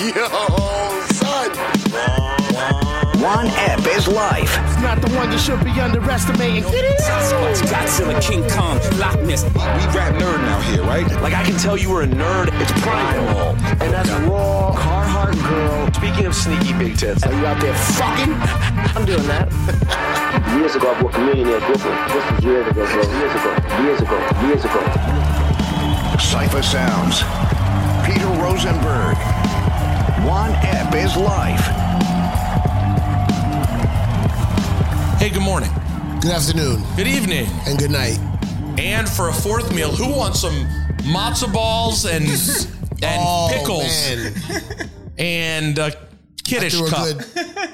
Yo, son. One app is life. Not the one you should be underestimating. Sasquatch, Godzilla, King Kong, Loch Ness. We rap nerd now here, right? Like I can tell you were a nerd. It's primal, and that's raw. Carhartt girl. Speaking of sneaky big tits, Are you out there fucking? I'm doing that. Years ago, I bought Chameleon in Brooklyn. This was years ago, bro. Years ago. Years ago. Years ago. Cypher Sounds. Peter Rosenberg. One app is life. Hey, good morning. Good afternoon Good evening. and good night. And for a fourth meal, who wants some matzo balls and and Oh, pickles man. and a kiddish Threw a cup? good-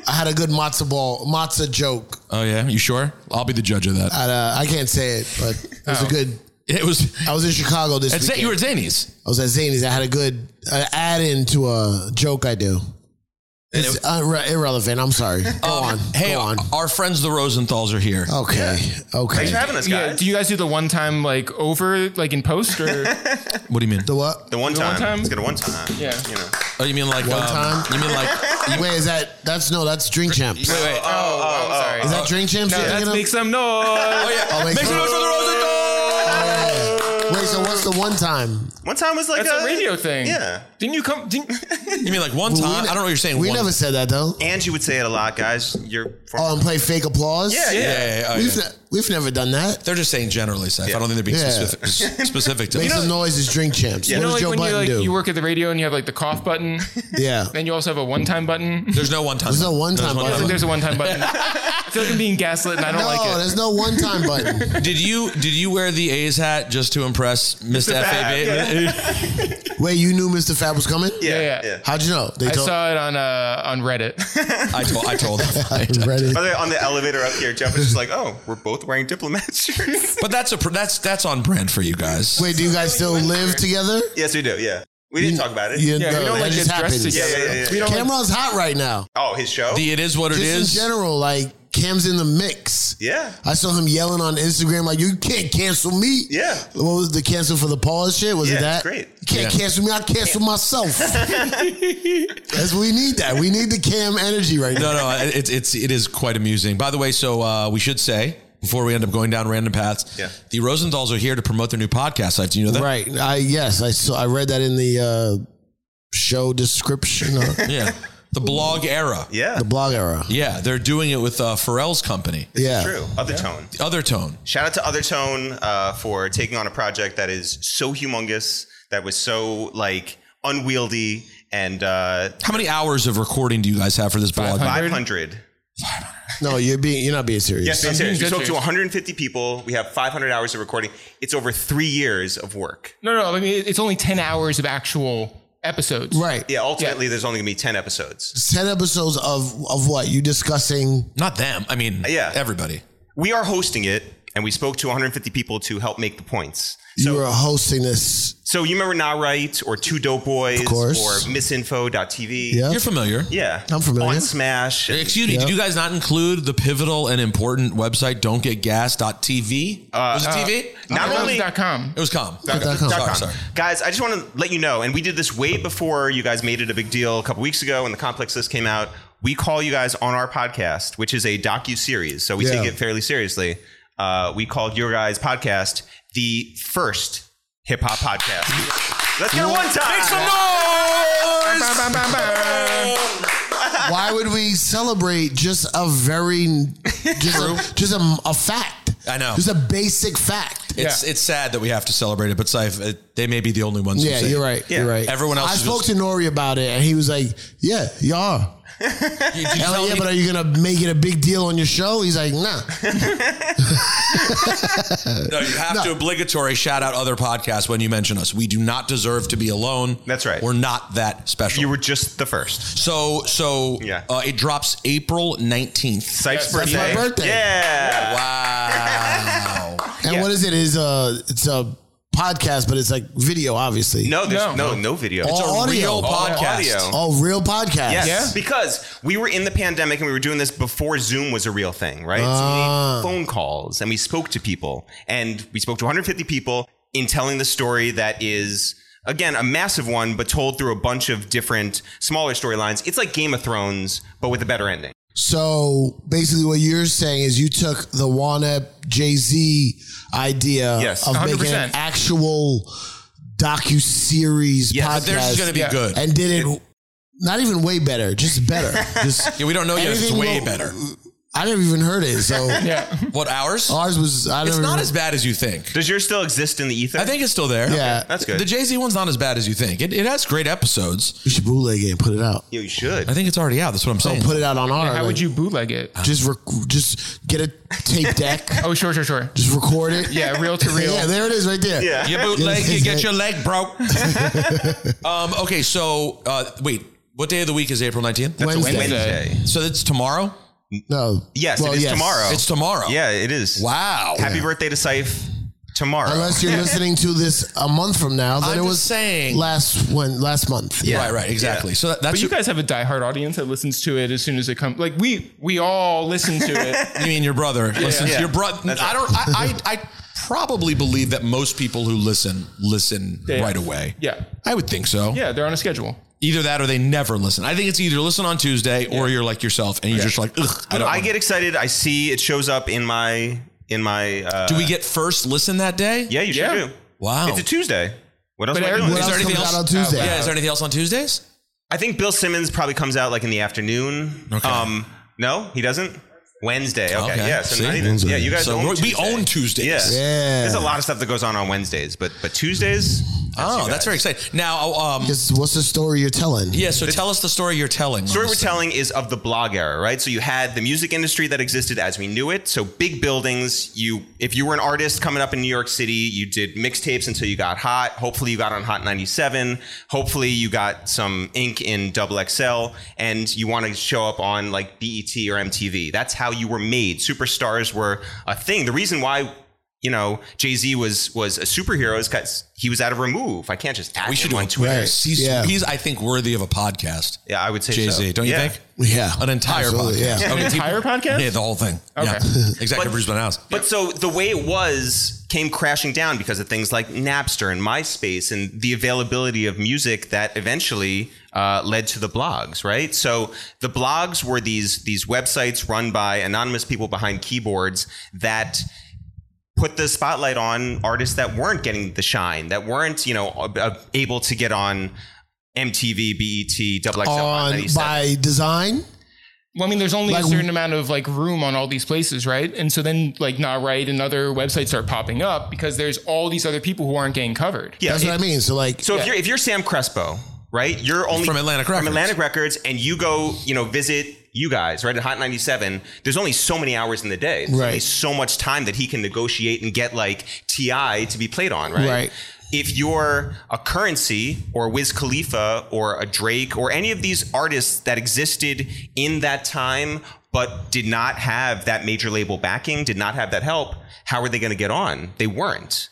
I had a good matzo ball, matzo joke. Oh yeah, you sure? I'll be the judge of that. At, uh, I can't say it, but it was Oh. a good. it was. I was in Chicago this At Z- weekend. you were at Zany's. I was at Zany's. I had a good uh, add in to a joke I do. It's it- Um, irre- irrelevant. I'm sorry. Go on. Hey, uh, Go on. Oh, our friends the Rosenthals are here. Okay. Thanks for Okay. having us, Yeah. guys. Do you guys do the one time like over like in post or What do you mean? The what? the one time. time? Let's get a one time. Yeah. You know. Oh, you mean like One um, time? You mean like? Wait, is that that's no? That's Drink Champs. Wait, wait. Oh, oh, I'm sorry. Is that Drink Champs? no, you're that's thinking of? make some noise. yeah. Oh, Make some noise for the Rosenthals. Yeah. Wait, so what's the one time? One time was like That's a radio thing. Yeah. Didn't you come? Didn't, You mean like one time? I don't know what you're saying. We one. never said that though. And you would say it a lot, guys. You're Oh, and play fake applause. Yeah, yeah, yeah. Oh, We've, yeah. ne- we've never done that. They're just saying generally, Seth. I don't think they're being Yeah. specific, specific to Make us. some noise is drink champs. you what know, does like Joe when you Biden like do? you work at the radio and you have like the cough button, yeah. then you also have a one time button. There's no one time. There's no one-time There's button. Like, There's a one time button. I feel like I'm being gaslit and I don't No, like it. there's no one time button. Did you did you wear the A's hat just to impress Mr. FAB? Wait, you knew Mr. Fab was coming? yeah, yeah. yeah. How'd you know? They I told saw it on uh, on Reddit. I told I told him. Ready. By the way, on the elevator up here, Jeff was just like, "Oh, we're both wearing diplomat shirts." But that's a pr- that's that's on brand for you guys. Wait, do you guys still live together? yes, we do. Yeah, we didn't talk about it. You Yeah, know, we don't that like just get dressed happens. yeah, together. yeah, yeah, yeah. We don't like, Cameron's hot right now. Oh, his show. The it is what it Just is. in general, like Cam's in the mix. yeah, I saw him yelling on Instagram like, "You can't cancel me." Yeah. What was the cancel for the pause shit? Was Yeah, it that? it's great. You can't Yeah. cancel me. I cancel myself. That's we need that. We need the Cam energy right now. No, no, it's it's it is quite amusing. By the way, so uh, we should say before we end up going down random paths, Yeah. the Rosenthals are here to promote their new podcast site. Do you know that? Right. I yes. I saw. I read that in the uh, show description. Uh, Yeah, the blog era. yeah. the blog era. Yeah, they're doing it with uh, Pharrell's company, yeah. True. Other tone. Other Tone. Shout out to Other Tone uh, for taking on a project that is so humongous, that was so like unwieldy, and uh, How many hours of recording do you guys have for this blog? 500. 500. No, you're being. You're not being serious. Yes, being serious. We dead spoke to serious. 150 people. We have 500 hours of recording. It's over three years of work. no, no. I mean, it's only ten hours of actual episodes. Right. Yeah, ultimately, there's only going to be 10 episodes. Ten episodes of of what you discussing? Not them. I mean, Yeah. everybody. We are hosting it, and we spoke to 150 people to help make the points. you were hosting this. So you remember Not Right or Two Dope Boys Of course. or Misinfo.tv? Yeah. You're familiar. Yeah. I'm familiar. On Smash. and- Excuse me, did you guys not include the pivotal and important website don'tgetgas.tv? was it TV? Uh, Not only. Rosenthals.com. it was com. dot com. Sorry, com. sorry. Guys, I just want to let you know, and we did this way before you guys made it a big deal a couple weeks ago when the complex list came out. We call you guys on our podcast, which is a docu series, so we Yeah. take it fairly seriously. Uh, we called your guys' podcast the first hip hop podcast. Let's get one time. Make some noise! Why would we celebrate just a very just a, just a, a fact? I know. Just a basic fact. It's it's sad that we have to celebrate it, but Saif, it- they may be the only ones. who yeah, say you're it. right. You're right. Everyone else I is spoke just- to Nori about it, and he was like, "Yeah, y'all. are. You- did you Hell tell yeah, me- but are you gonna make it a big deal on your show?" He's like, "Nah." no, you have to obligatory shout out other podcasts when you mention us. We do not deserve to be alone. That's right. We're not that special. You were just the first. so so. Yeah. Uh, it drops April nineteenth. that's Sife's my birthday. birthday. Yeah. Wow. And what is it? Is a it's a podcast, but it's like video, obviously. No, there's no, No. no, video. All it's a audio. real All podcast. audio. Oh, real podcast. Yes, because we were in the pandemic and we were doing this before Zoom was a real thing, right? So we made phone calls and we spoke to people and we spoke to 150 people in telling the story that is again, a massive one, but told through a bunch of different smaller storylines. It's like Game of Thrones, but with a better ending. So basically, what you're saying is you took the wanna Jay Z idea Yes, of making an 100%. actual docu series Yeah, podcast. but theirs is gonna be Yeah. good. and did it, not even way better, just better. Just yeah, we don't know yet if it's anything way will- better. I never even heard it. So What ours? ours was I It's never- not as bad as you think. Does yours still exist in the ether? I think it's still there. Mm. Yeah. That's good. The Jay Z one's not as bad as you think. It, it has great episodes. You should bootleg it and put it out. Yeah, you should. I think it's already out. That's what I'm Don't saying. put it out on our. How like, would you bootleg it? just rec- just get a tape deck? Oh, sure, sure, sure. just record it. Yeah, reel to reel. Yeah, there it is right there. Yeah. You bootleg, you get your leg broke. um, okay, so uh, wait, what day of the week is April 19th? Wednesday. Wednesday. So that's tomorrow? No. Yes, it is tomorrow. It's tomorrow. Yeah, it is. Wow. Happy birthday to Saif tomorrow. Unless you're listening to this a month from now, then I'm it just was saying- last when last month. Right, right, exactly. So that, But that's you guys have a diehard audience that listens to it as soon as it comes. Like we, we all listen to it. You mean your brother? Listens, Yeah. Your brother. That's I right. don't. I, I. I probably believe that most people who listen listen Yeah. right away. Yeah. I would think so. Yeah, they're on a schedule. Either that or they never listen. I think it's either listen on Tuesday or you're like yourself and you're just like, Ugh, I don't. I get excited. I see it shows up in my in my. Uh, Do we get first listen that day? Yeah, you should Yeah. do. Wow. It's a Tuesday. What else But am I Eric- doing? What Is else there anything comes else? out on Tuesday? Yeah. Is there anything else on Tuesdays? I think Bill Simmons probably comes out like in the afternoon. Okay. Um, no, he doesn't. Wednesday. Okay. Okay. Yeah. So See? not even- Yeah, you guys. So own we're- we own Tuesdays. Yeah. Yeah. There's a lot of stuff that goes on on Wednesdays, but but Tuesdays. oh, you that's guys. very exciting. Now, um, Just what's the story you're telling? yeah. So tell us the story you're telling. story we're telling is of the blog era, right? So you had the music industry that existed as we knew it. So big buildings. You, if you were an artist coming up in New York City, you did mixtapes until you got hot. Hopefully, you got on Hot 97. Hopefully, you got some ink in Double XL, and you want to show up on like BET or MTV. That's how you were made. Superstars were a thing. The reason why. You know, Jay Z was was a superhero is because he was out of remove. I can't just add We should him do on on Twitter. Twitter. He's, Yeah. he's, I think, worthy of a podcast. Yeah, I would say Jay so. Z, don't you Yeah. think? Yeah. An entire podcast. Absolutely, yeah. Okay, An people- entire podcast? Yeah, the whole thing. Yeah. Exactly. But- Bruce Van House. But so the way it was came crashing down because of things like Napster and MySpace and the availability of music that eventually uh, led to the blogs, right? So the blogs were these these websites run by anonymous people behind keyboards that put the spotlight on artists that weren't getting the shine, that weren't you know ab- ab- able to get on MTV, BET, E Double XL, On 97. by design. Well, I mean, there's only Like- a certain amount of like room on all these places, right? And so then, like, not right, and other websites start popping up because there's all these other people who aren't getting covered. Yeah, That's it- what I mean. So like So if you're if you're Sam Crespo, right? You're only From Atlantic Records. From Atlantic Records, and you go, you know, visit you guys, right? At Hot 97, there's only so many hours in the day. There's Right. only so much time that he can negotiate and get like TI to be played on, right? Right. If you're a currency or Wiz Khalifa or a Drake or any of these artists that existed in that time but did not have that major label backing, did not have that help, how are they going to get on? They weren't.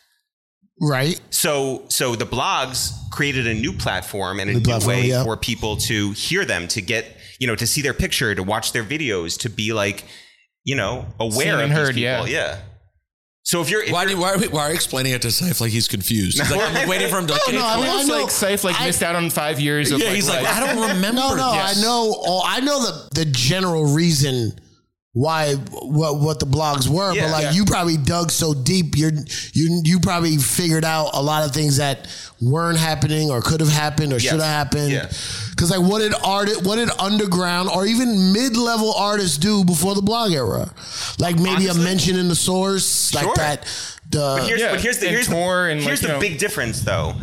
right. So, so the blogs created a new platform and a new, platform, way yeah. for people to hear them, to get you know, to see their picture, to watch their videos, to be like, you know, Seen aware of and these heard, people. yeah. So if you're, if Why, you're- do, why, are we, why are you explaining it to Saif like he's confused? He's like, I'm waiting for him to. Like, no, I mean, Almost know- like Safe, like I- missed out on five years of yeah, like, he's like, life. I don't remember. No, no, this. I know. Oh, I know the the general reason why what what the blogs were, Yeah. but like Yeah. you probably dug so deep, you're you you probably figured out a lot of things that weren't happening or could have happened or should have happened. Yeah. Because like, what did art, what did underground or even mid level artists do before the blog era? Like maybe Honestly- a mention in the source, Sure. like that. The But here's, Yeah, but here's the and here's the, tour and, like, here's you the know. big difference though.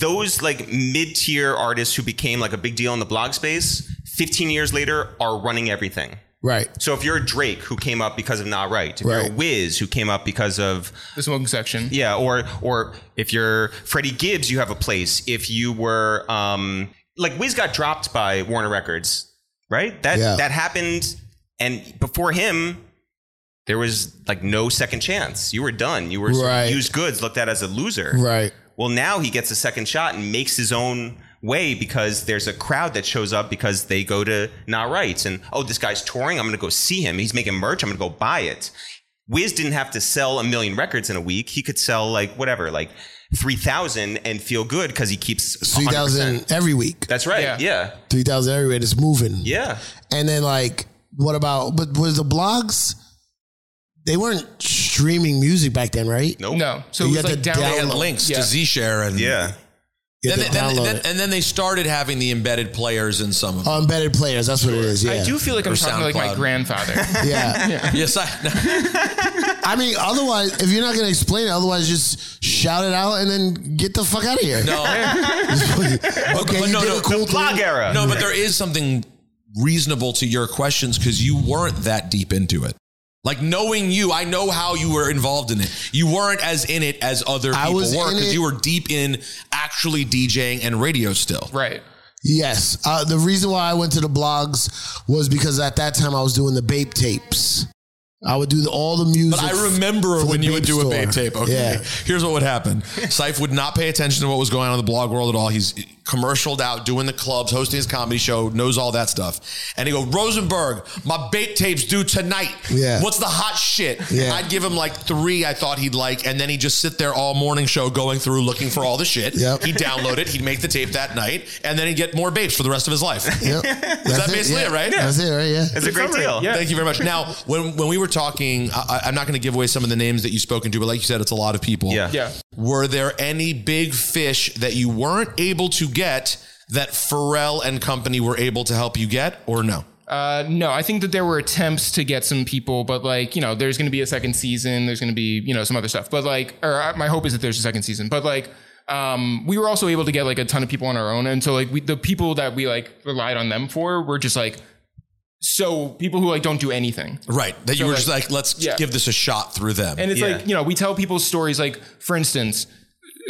Those like mid tier artists who became like a big deal in the blog space, 15 years later, are running everything. right. So if you're a Drake who came up because of Not Right, if you're Right. a Wiz who came up because of the smoking section. Mm-hmm. Yeah, or or if you're Freddie Gibbs, you have a place. If you were um like Wiz got dropped by Warner Records, right? That Yeah. that happened and before him there was like no second chance. You were done. You were Right. used goods, looked at as a loser. Right. Well, now he gets a second shot and makes his own way because there's a crowd that shows up because they go to Not Rights and oh, this guy's touring. I'm going to go see him. He's making merch. I'm going to go buy it. Wiz didn't have to sell a million records in a week. He could sell like whatever, like 3000 and feel good because he keeps 3,000 every week. That's right. Yeah. yeah. 3,000 every week. It's moving. Yeah. And then, like, what about, but was the blogs, they weren't streaming music back then, right? Nope. No. So You it was got like the download. down- They had links Yeah. to Z Share and Yeah. You Then, had they- to then- download then- it. and then they started having the embedded players in some of them. Oh, embedded players. That's what it is. Yeah. I do feel like I'm Or talking to like my SoundCloud. grandfather. Yeah. yes, I, I mean, otherwise, if you're not going to explain it, otherwise just shout it out and then get the fuck out of here. no, okay, but you no, did no, a cool the thing. Blog era. no, but there is something reasonable to your questions because you weren't that deep into it. Like knowing you, I know how you were involved in it. You weren't as in it as other I people was were in it- because you were deep in actually DJing and radio still. right. Yes. Uh, the reason why I went to the blogs was because at that time I was doing the Bape tapes. I would do the, all the music. But I remember for the when you would Bape do a store. babe tape. Okay. Yeah. Here's what would happen. Sife would not pay attention to what was going on in the blog world at all. He's commercialed out, doing the clubs, hosting his comedy show, knows all that stuff. And he go, Rosenberg, my bait tapes due tonight. Yeah. What's the hot shit? Yeah. I'd give him like three I thought he'd like. And then he'd just sit there all morning show going through looking for all the shit. Yep. He'd download it. He'd make the tape that night. And then he'd get more babes for the rest of his life. Yep. That's that basically yeah. it, right? That's it, right? Yeah. It's a great deal. Yeah. Thank you very much. Now, when when we were talking, I, I- I'm not going to give away some of the names that you've spoken to, but like you said, it's a lot of people. Yeah. Yeah. Were there any big fish that you weren't able to get that Pharrell and company were able to help you get, or no? Uh, no, I think that there were attempts to get some people, but like, you know, there's going to be a second season. There's going to be, you know, some other stuff, but like, or I, my hope is that there's a second season, but like, um, we were also able to get like a ton of people on our own. And so like we, the people that we like relied on them for were just like, so people who like don't do anything. Right. That you were just like, let's yeah. give this a shot through them. And it's Yeah. like, you know, we tell people stories like, for instance,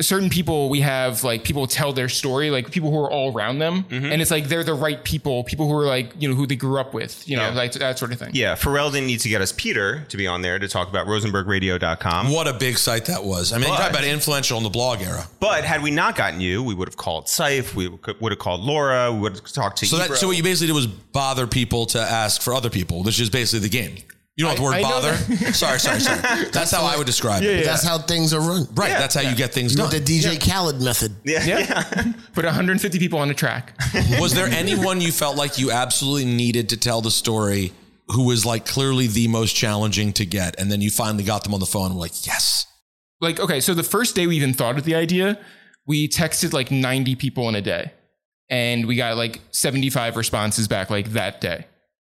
certain people we have like people tell their story, like people who are all around them. Mm-hmm. And it's like they're the right people, people who are like, you know, who they grew up with, you know, Yeah. like that sort of thing. Yeah. Pharrell didn't need to get us Peter to be on there to talk about RosenbergRadio.com. what a big site that was. I mean, you talk But- about influential in the blog era. But had we not gotten you, we would have called Seif. We would have called Laura. We would have talked to So that Ebro. so what you basically did was bother people to ask for other people, which is basically the game. You don't have the word I know bother. sorry, sorry, sorry. That's how I would describe it. That's how things are run. Right. That's how you get things You done. want the DJ Khaled method. Yeah. Put 150 people on a track. Was there anyone you felt like you absolutely needed to tell the story who was like clearly the most challenging to get? And then you finally got them on the phone and were like, yes. like, okay, so the first day we even thought of the idea, we texted like 90 people in a day. And we got like 75 responses back like that day.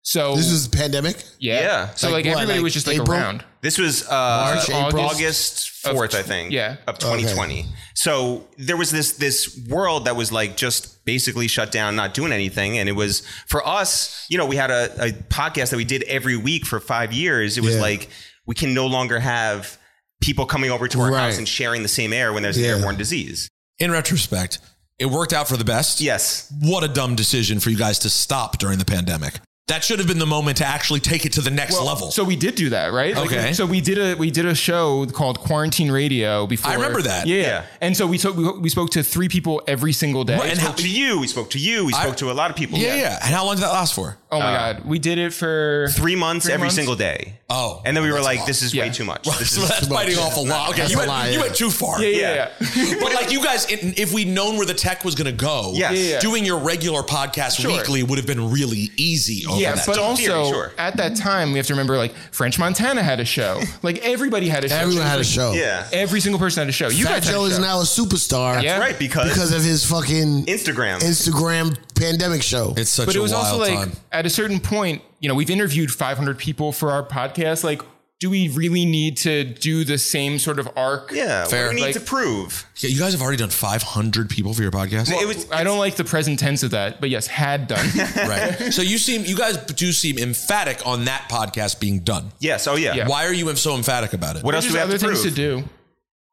So This is pandemic. yeah. Yeah. So Like like, what, everybody like was just like April? around. This was uh, March, April? August Of fourth, I tw- think. yeah. of 2020. So there was this this world that was like just basically shut down, not doing anything, and it was for us. You know, we had a, a podcast that we did every week for five years. It was Yeah. like we can no longer have people coming over to our Right. house and sharing the same air when there's Yeah. an airborne disease. In retrospect, it worked out for the best. Yes. What a dumb decision for you guys to stop during the pandemic. That should have been the moment to actually take it to the next Well, level. So we did do that, right? Like, Okay. so we did a we did a show called Quarantine Radio before. I remember that. Yeah. Yeah. And so we took we, we spoke to three people every single day. Right, and We how- spoke to you. We spoke to you. We I- spoke to a lot of people. yeah, yeah. And how long did that last for? oh my god, we did it for Three months every months? single day. Oh. And then we were that's like, a lot. this is way Yeah. too much. This So is that's biting off a lot. Okay, That's you a went, lot, you yeah. went too far. Yeah, yeah, yeah. But like you guys, in, if we'd known where the tech was going to go, Yes. Yeah, yeah. doing your regular podcast Sure. weekly would have been really easy. Over Yeah, that but time. also theory, sure. at that time we have to remember like French Montana had a show. Like everybody had a show. Everyone had a show. yeah. Every single person had a show. You Fat guys had Joe a is show. now a superstar. Yeah. Right, because, Because of his fucking Instagram. Instagram pandemic show. It's such but a it was wild also like time. at a certain point, you know, we've interviewed 500 people for our podcast. Like, do we really need to do the same sort of arc? Yeah, Fair. we need Like- to prove. Yeah, you guys have already done 500 people for your podcast. it was I don't like the present tense of that, but yes, had done. right. So you seem, you guys do seem emphatic on that podcast being done. yes. Oh yeah. Yeah. Why are you so emphatic about it? What else do There's we have other to things prove? to do.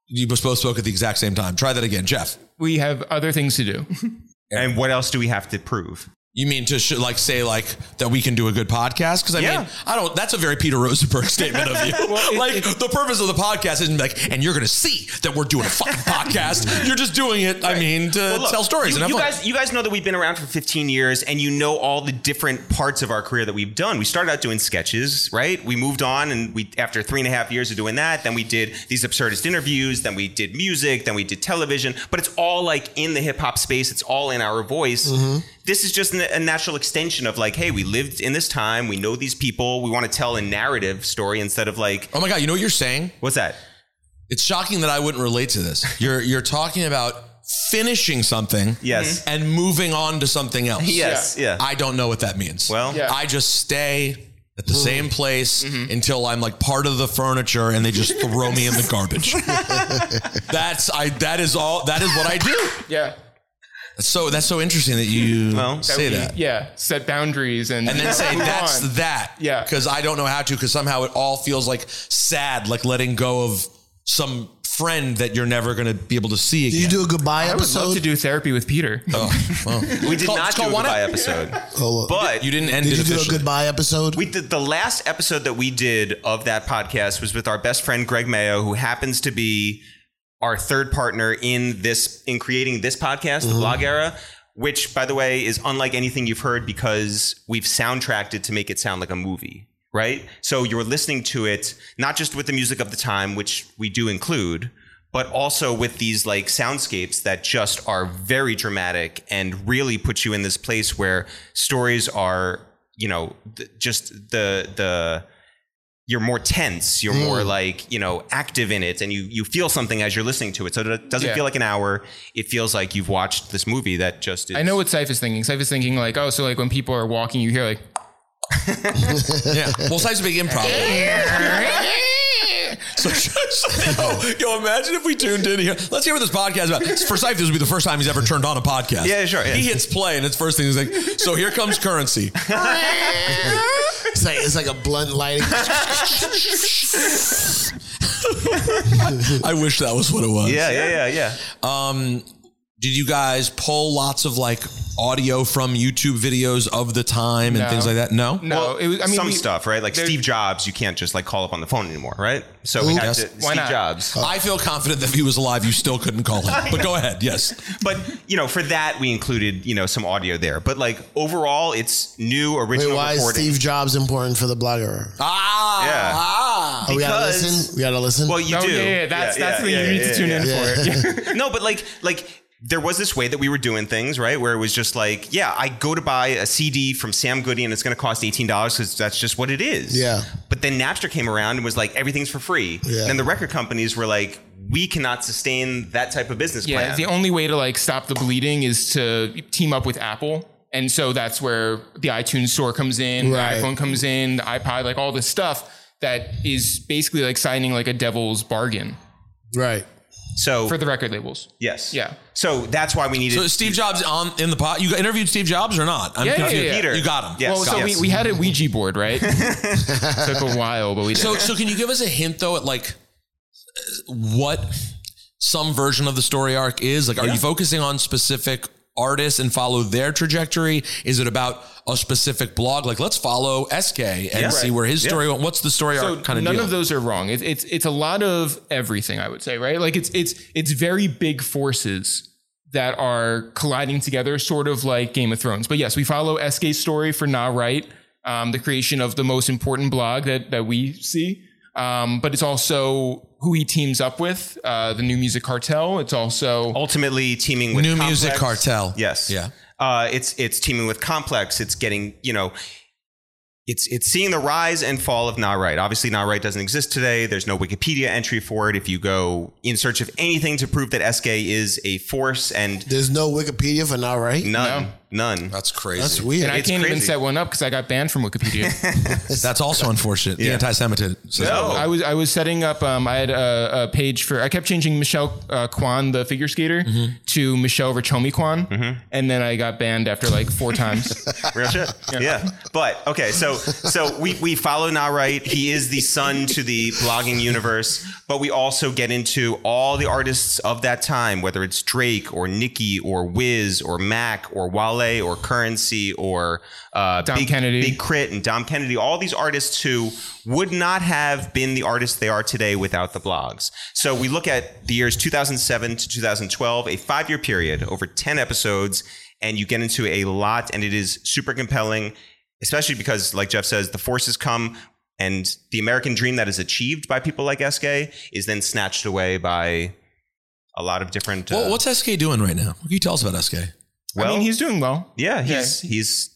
You both spoke at the exact same time. Try that again, Jeff. We have other things to do. And what else do we have to prove? You mean to sh- like say like that we can do a good podcast? Because I mean, I don't. That's a very Peter Rosenberg statement of you. like the purpose of the podcast isn't like, and you're going to see that we're doing a fucking podcast. You're just doing it. I mean, to Well, look, tell stories and You, have you fun. guys, you guys know that we've been around for 15 years, and you know all the different parts of our career that we've done. We started out doing sketches, right? We moved on, and we after three and a half years of doing that, then we did these absurdist interviews, then we did music, then we did television. But it's all like in the hip hop space. It's all in our voice. Mm-hmm. This is just n- a natural extension of like, hey, we lived in this time. We know these people. We want to tell a narrative story instead of like, oh my god, you know what you're saying? What's that? It's shocking that I wouldn't relate to this. You're you're talking about finishing something, Yes. and moving on to something else. Yes, Yeah. yeah. I don't know what that means. Well, Yeah. I just stay at the same place until I'm like part of the furniture, and they just throw me in the garbage. that's I. That is all. That is what I do. Yeah. So that's so interesting that you say we- that. Yeah. Set boundaries and And then say move that's on. that. Yeah. Because I don't know how to, because somehow it all feels like sad, like letting go of some friend that you're never going to be able to see again. you do a goodbye I would love episode? to do therapy with Peter. Oh, well. we did not do a goodbye episode. But you didn't end Oh, it Did you do a officially. goodbye episode? We did the last episode that we did of that podcast was with our best friend Greg Mayo, who happens to be our third partner in this in creating this podcast, the Blog Era. Which, by the way, is unlike anything you've heard because we've soundtracked it to make it sound like a movie, right? So you're listening to it not just with the music of the time, which we do include, but also with these like soundscapes that just are very dramatic and really put you in this place where stories are you know th- just the the you're more tense you're more like you know active in it and you you feel something as you're listening to it so it doesn't Yeah. feel like an hour it feels like you've watched this movie that just is I know what Sif is thinking. Sif is thinking like, oh, so like when people are walking, you hear like, Yeah. Well, Sipes a big improv. so, so- yo, yo, imagine if we tuned in here. Let's hear what this podcast is about. For Sife, this would be the first time he's ever turned on a podcast. Yeah, sure, yeah. He hits play, and it's first thing he's like, so here comes currency. It's like it's like a blunt lighting. I wish that was what it was. yeah yeah yeah yeah Um, did you guys pull lots of like audio from YouTube videos of the time and No. things like that? No. no, it was. I mean, some we- stuff right like there- steve jobs you can't just like call up on the phone anymore right so we Who? had Yes. to Why steve not? jobs I feel confident that if he was alive, you still couldn't call him. But go ahead. Yes. but you know for that we included you know some audio there but like overall it's new Wait, original why is recording Steve Jobs important for the blogger? Ah. Yeah. ah. Oh, we gotta because- listen. We gotta listen. well you Oh, do yeah, yeah, that's Yeah, yeah, that's the thing yeah, you need yeah, to tune yeah. in for. Yeah. no, but like like there was this way that we were doing things, right? Where it was just like, yeah, I go to buy a CD from Sam Goody and it's going to cost $18 because that's just what it is. Yeah. But then Napster came around and was like, everything's for free. Yeah. Then the record companies were like, we cannot sustain that type of business Yeah, plan. the only way to like stop the bleeding is to team up with Apple. And so that's where the iTunes store comes in, Right. the iPhone comes in, the iPod, like all this stuff that is basically like signing like a devil's bargain right. so, for the record labels. yes. Yeah. So that's why we needed. So is Steve Jobs on in the pot. You interviewed Steve Jobs or not? I'm Yeah, yeah, confused. yeah, yeah. Peter. You got him. Yes. Well, so yes. we, we had a Ouija board, right? Took a while, but we did. So, so can you give us a hint though at like what some version of the story arc is? Like, are you focusing on specific artists and follow their trajectory? Is it about a specific blog? Like, let's follow SK and see where his story went. What's the story so arc kind of none deal? of those are wrong. It's it's it's a lot of everything, I would say, right? Like it's it's it's very big forces that are colliding together, sort of like Game of Thrones. But yes, we follow SK's story for Nah Right, um, the creation of the most important blog that that we see. Um, but it's also who he teams up with, uh, the new music cartel. It's also Oh, ultimately teaming with New Complex. Music Cartel. Yes. Yeah. Uh, it's it's teaming with Complex. It's getting you know, it's it's seeing the rise and fall of Not Right. Obviously, Not Right doesn't exist today. There's no Wikipedia entry for it. If you go in search of anything to prove that SK is a force, and There's no Wikipedia for now, right? none, none. That's crazy. That's That's, weird. and I it's can't even crazy. set one up because I got banned from Wikipedia. also unfortunate. The anti-Semitism. No. I was I was setting up. Um, I had a, a page for. I kept changing Michelle uh, Kwan, the figure skater, Mm-hmm. to Michelle Rachomi Kwan, and then I got banned after like four times. Real shit. Yeah. But okay, so so we we follow Not Right. He is the son to the blogging universe, but we also get into all the artists of that time, whether it's Drake or Nicki or Wiz or Mac or Wale Wale or Currency or uh, Dom Big, Kennedy. Big Crit and Dom Kennedy, all these artists who would not have been the artists they are today without the blogs. So we look at the years 2007 to 2012, a five year period over 10 episodes, and you get into a lot, and it is super compelling, especially because, like Jeff says, the forces come. And the American dream that is achieved by people like SK is then snatched away by a lot of different. uh, uh, Well, what's SK doing right now? What can you tell us about SK? Well, mean, he's doing well. yeah, he's he's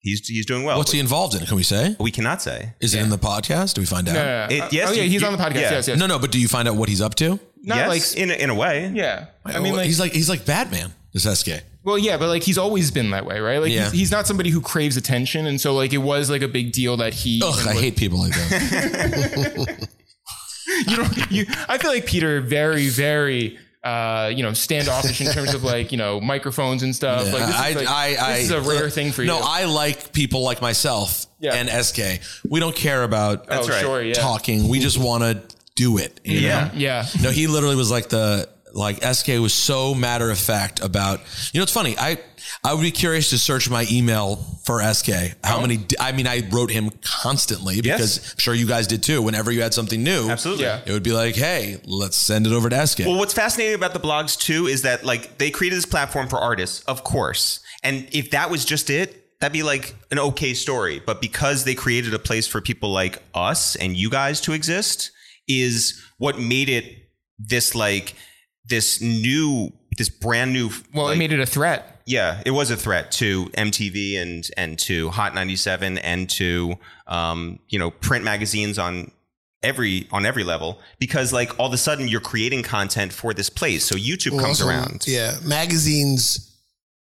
he's he's doing well. What's he involved in? Can we say? We cannot say. Is it in the podcast? Do we find out? No, no, no. It- Uh, yes, oh yeah, you- he's you- on the podcast. yeah. Yes, yes. No, no. But do you find out what he's up to? Not yes, like in a, in a way. yeah. I mean, like he's like he's like Batman. This SK. Well, yeah, but like he's always been that way, right? Like Yeah. he's, he's not somebody who craves attention, and so like it was like a big deal that he. Ugh, I hate people like that. you don't. You, I feel like Peter very very. Uh, you know, standoffish in terms of like you know microphones and stuff. like this is, I, like, I, I, this is a rare thing for you. No, I like people like myself Yeah. and SK. We don't care about oh, right. sure, yeah, talking. We just want to do it. you Yeah. yeah. No, he literally was like the like SK was so matter of fact about. You know, it's funny. I I would be curious to search my email for SK. Oh. How many? I mean, I wrote him constantly because I'm sure you guys did too. Whenever you had something new, Absolutely. Yeah. it would be like, hey, let's send it over to SK. Well, what's fascinating about the blogs too is that like they created this platform for artists, of course. And if that was just it, that'd be like an okay story. But because they created a place for people like us and you guys to exist, is what made it this like this new this brand new Well, like, it made it a threat. yeah, it was a threat to MTV and and to Hot 97 and to um, you know print magazines on every on every level because like all of a sudden you're creating content for this place. So YouTube Well, comes also, around. Yeah, magazines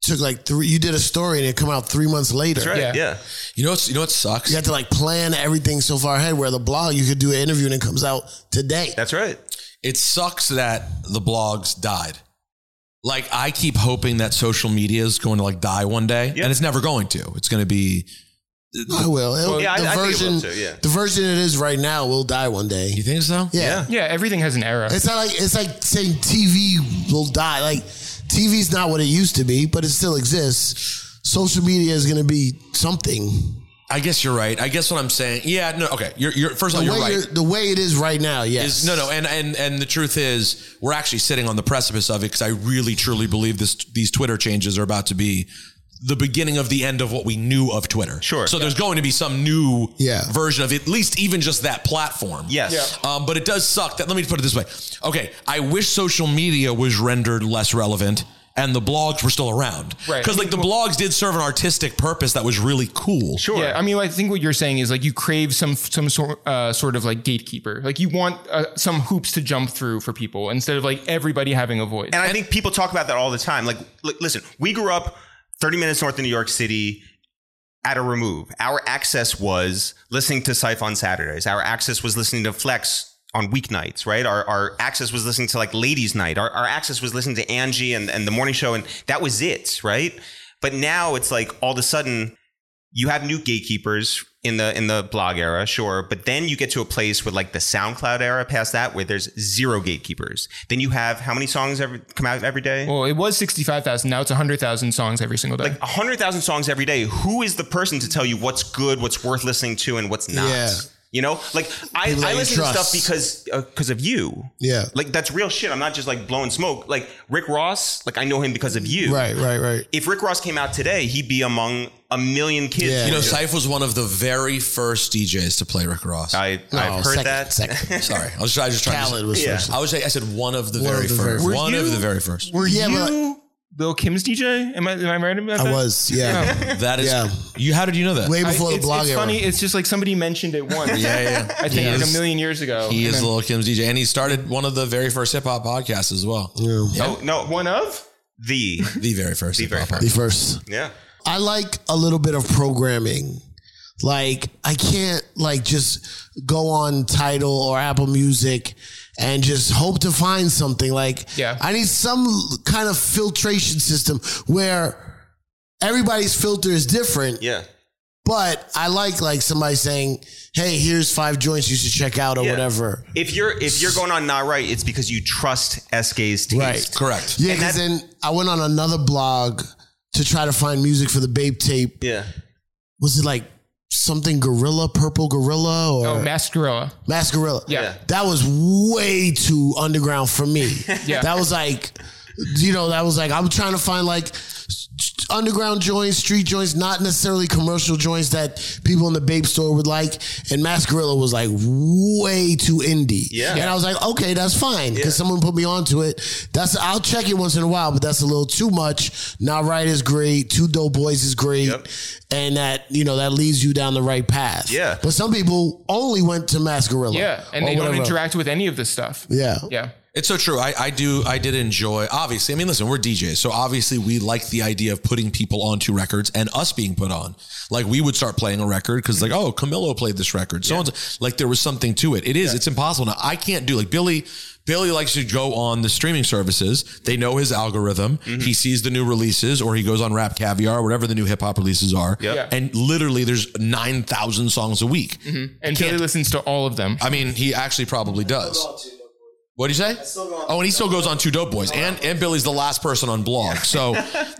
took like three. You did a story and it come out three months later. That's right. Yeah. Yeah. you know, what's, you know what sucks? You had to like plan everything so far ahead. Where the blog, you could do an interview and it comes out today. That's right. it sucks that the blogs died. Like I keep hoping that social media is going to like die one day, and it's never going to. It's going to be. I will. Oh, It'll- yeah, I- I think it will version, too, yeah. the version it is right now will die one day. You think so? Yeah. Yeah, everything has an era. It's not like it's like saying TV will die. Like TV's not what it used to be, but it still exists. Social media is going to be something. I guess you're right. I guess what I'm saying. Yeah. No. Okay. You're. you're first of all, The you're way, right. you're- the way it is right now, yes. Is, no, no, and and and the truth is, we're actually sitting on the precipice of it because I really truly believe this. These Twitter changes are about to be the beginning of the end of what we knew of Twitter. Sure. So there's going to be some new Yeah. version of at least even just that platform. Yes. Yeah. Um, but it does suck that, let me put it this way. Okay. I wish social media was rendered less relevant and the blogs were still around. Right. Because like the blogs did serve an artistic purpose that was really cool. Sure. Yeah, I mean, like, I think what you're saying is like you crave some some sort uh, sort of like gatekeeper. Like you want uh, some hoops to jump through for people instead of like everybody having a voice. And I think people talk about that all the time. Like, li- listen, we grew up 30 minutes north of New York City at a remove. Our access was listening to Syph on Saturdays. Our access was listening to Flex on weeknights, right? Our, our access was listening to like Ladies Night. Our, our access was listening to Angie and, and the morning show. And that was it, right? But now it's like all of a sudden you have new gatekeepers in the in the blog era, sure, but then you get to a place with like the SoundCloud era past that where there's zero gatekeepers. Then you have how many songs every, come out every day? well, it was sixty five thousand. Now it's hundred thousand songs every single day. like 100,000 songs every day. Who is the person to tell you what's good, what's worth listening to and what's not? Yeah. You know? Like I, People that I you listen to trust. stuff because because of you. Yeah. Like that's real shit. I'm not just like blowing smoke. Like Rick Ross, like I know him because of you. Right, right, right. If Rick Ross came out today, he'd be among a million kids. Yeah. You know, Syph was one of the very first DJs to play Rick Ross. I, Oh, I've heard second, that. Second. Sorry, I was, I was just trying Khaled to. was Yeah. first. I was. I said one of the One very of the very first. first. One you- of the very first. Were Yeah, but- you Bill Kim's DJ? Am I am I right about that? I was, yeah. That is. Yeah. You. How did you know that? Way I- before it's, the blog it's era. funny. It's just like somebody mentioned it once. Yeah, yeah, yeah. I think He like is- a million years ago. He And is then Lil Kim's DJ, and he started one of the very first hip hop podcasts as well. Oh, no. one of. The. The very first. The hip hop very podcast. The first. Yeah. I like a little bit of programming. Like I can't like just go on Tidal or Apple Music and just hope to find something. Like Yeah. I need some kind of filtration system where everybody's filter is different. Yeah. But I like like somebody saying, "Hey, here's five joints you should check out" or Yeah. whatever. If you're if you're going on not right, it's because you trust SK's taste. Right. Correct. Yeah, And because that- then I went on another blog to try to find music for the Babe tape. Yeah. Was it like something Gorilla, Purple Gorilla, or Oh, Mascarilla. Mascarilla? Yeah. Yeah. That was way too underground for me. Yeah. That was like, you know, that was like I'm trying to find like s- s- underground joints, street joints, not necessarily commercial joints that people in the Babe store would like. And Mascarilla was like way too indie. Yeah. And I was like, okay, that's fine because someone put me onto it. That's I'll check it once in a while, but that's a little too much. Not right is great. Two dope boys is great, and that you know that leads you down the right path. Yeah. But some people only went to Mascarilla. Yeah, and or they don't Oh, whatever. interact with any of this stuff. Yeah. Yeah. It's so true. I, I do. I did enjoy. Obviously, I mean, listen, we're DJs, so obviously we like the idea of putting people onto records and us being put on. Like we would start playing a record because, like, oh, Camilo played this record. So it's like there was something to it. It is. It's impossible. Now, I can't do like Billy. Billy likes to go on the streaming services. They know his algorithm. He sees the new releases, or he goes on Rap Caviar, whatever the new hip hop releases are. Yeah. And literally, there's nine thousand songs a week. And Billy listens to all of them. I mean, he actually probably does. What do you say? Oh, and he still goes on two dope boys, and and Billy's the last person on blog. So,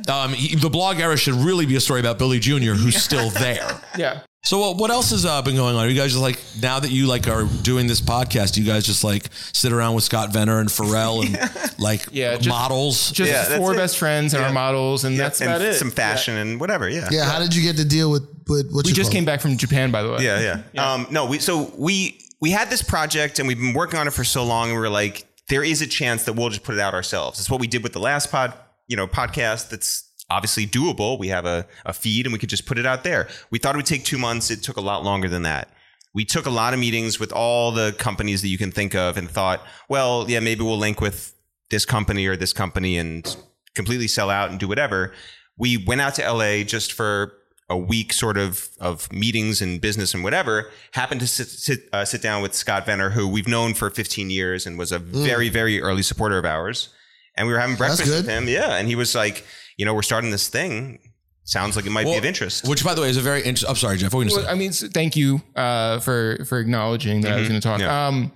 um, he- the blog era should really be a story about Billy Jr., who's still there. Yeah. So, what what else has uh, been going on? Are you guys just like now that you like are doing this podcast? Do you guys just like sit around with Scott Venner and Pharrell and like Yeah, just- models? Just Yeah, that's four it. best friends and our models, and that's and about it. some fashion and whatever. Yeah. Yeah. How did you get to deal with with what We you just call came it? back from Japan, by the way. Yeah, yeah. Um, no, we so we we had this project and we've been working on it for so long, and we were like, there is a chance that we'll just put it out ourselves. It's what we did with the last pod, you know, podcast. That's obviously doable. We have a, a feed and we could just put it out there. We thought it would take two months. It took a lot longer than that. We took a lot of meetings with all the companies that you can think of and thought, well, yeah, maybe we'll link with this company or this company and completely sell out and do whatever. We went out to LA just for a week sort of of meetings and business and whatever happened to sit sit, uh, sit down with Scott Venner who we've known for 15 years and was a very very early supporter of ours and we were having breakfast good. with him yeah and he was like you know we're starting this thing sounds like it might be Well, of interest Which, by the way, is a very interesting. I'm sorry, Jeff. What were you gonna Well, I mean, so thank you uh, for for acknowledging that I was going to talk. Mm-hmm. Yeah. Um,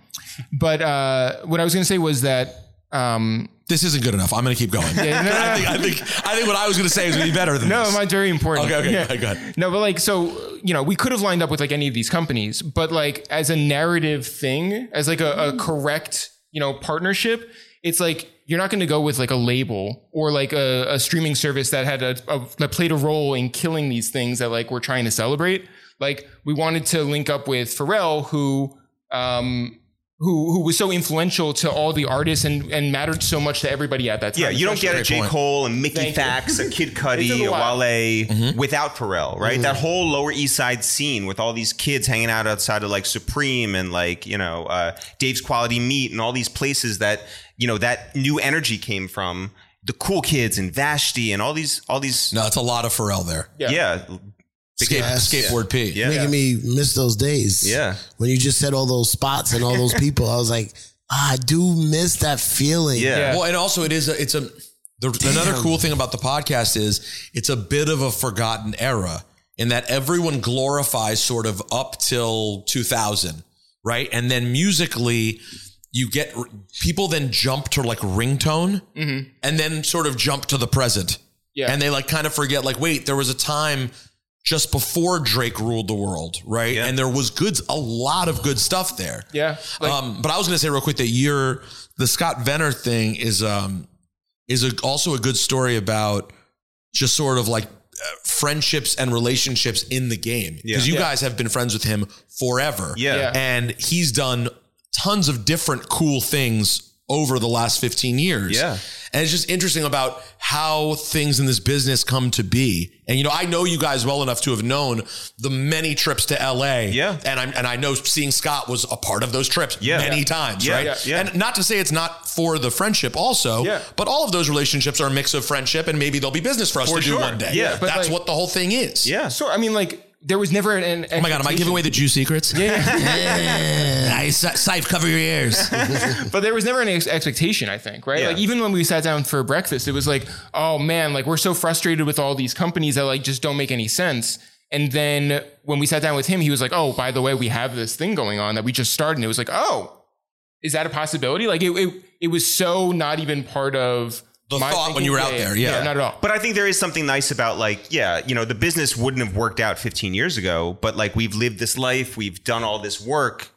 but uh, what I was going to say was that. say? Um, This isn't good enough. I'm going to keep going. yeah, no, no, I no. think I think I think what I was going to say is going to be better than No, this. oh, mine's very important. Okay, okay, Yeah. okay, go ahead. No, but like, so you know, we could have lined up with like any of these companies, but like as a narrative thing, as like a, a correct you know partnership, it's like you're not going to go with like a label or like a, a streaming service that had a, a that played a role in killing these things that like we're trying to celebrate. Like we wanted to link up with Pharrell, who um who who was so influential to all the artists and and mattered so much to everybody at that time. yeah you don't get a great J point. Cole and Mickey Thank you. Fax a Kid It Cudi took a a while. Mm-hmm. Wale Mm-hmm. without Pharrell right that whole Lower East Side scene with all these kids hanging out outside of like Supreme and like you know uh, Dave's Quality Meat and all these places that you know that new energy came from the cool kids and Vashti and all these all these No, it's a lot of Pharrell there. Yeah. yeah Skate, Yes. Skateboard P. yeah making me miss those days. Yeah. When you just said all those spots and all those people, I was like, ah, I do miss that feeling. yeah. Yeah. Well, and also it is a, it's a the, another cool thing about the podcast is it's a bit of a forgotten era in that everyone glorifies sort of up till 2000, right? And then musically you get people then jump to like ringtone and then sort of jump to the present. Yeah. And they like kind of forget like wait, there was a time just before Drake ruled the world, right? Yeah. And there was good a lot of good stuff there. yeah, like, um, but I was going to say real quick that your the Scott Venner thing is um, is a, also a good story about just sort of like uh, friendships and relationships in the game because Yeah. you guys have been friends with him forever, Yeah. Yeah. and he's done tons of different cool things over the last 15 years. Yeah. And it's just interesting about how things in this business come to be. And you know, I know you guys well enough to have known the many trips to LA. Yeah. And I'm and I know seeing Scott was a part of those trips Yeah. many Yeah. times, Yeah, right? yeah, yeah. And not to say it's not for the friendship also, Yeah. but all of those relationships are a mix of friendship and maybe there'll be business for us For to do sure. one day. Yeah. That's But like- what the whole thing is. yeah so I mean, like there was never an. an Oh my God, am I giving away the Jew secrets? Yeah. Sife, cover your ears. But there was never any ex- expectation, I think, right? Yeah. Like even when we sat down for breakfast, it was like, oh man, like we're so frustrated with all these companies that like just don't make any sense. And then when we sat down with him, he was like, oh, by the way, we have this thing going on that we just started. And it was like, oh, is that a possibility? Like it, it, it was so not even part of The my thought when thinking- you were out there, yeah. not at all. But I think there is something nice about like, yeah, you know, the business wouldn't have worked out 15 years ago, but like we've lived this life, we've done all this work.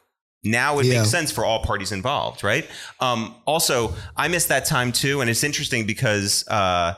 Now it Yeah. makes sense for all parties involved, right? Um, also, I missed that time too, and it's interesting because uh,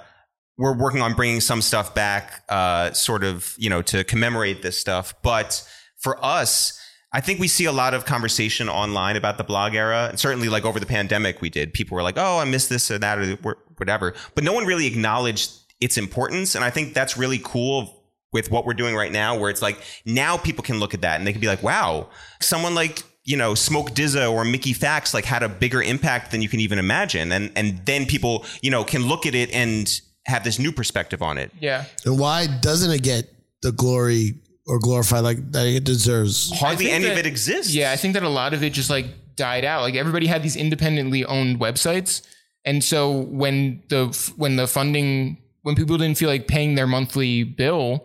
we're working on bringing some stuff back, uh, sort of, you know, to commemorate this stuff. But for us, I think we see a lot of conversation online about the blog era, and certainly like over the pandemic, we did. People were like, "Oh, I missed this or that or wh- whatever," but no one really acknowledged its importance, and I think that's really cool with what we're doing right now, where it's like now people can look at that and they can be like, "Wow, someone like." You know, Smoke Dizza or Mickey Fax like had a bigger impact than you can even imagine, and and then people you know can look at it and have this new perspective on it. Yeah. And why doesn't it get the glory or glorified like that it deserves? Hardly think any of it that- exists. Yeah, I think that a lot of it just like died out. Like everybody had these independently owned websites, and so when the when the funding when people didn't feel like paying their monthly bill,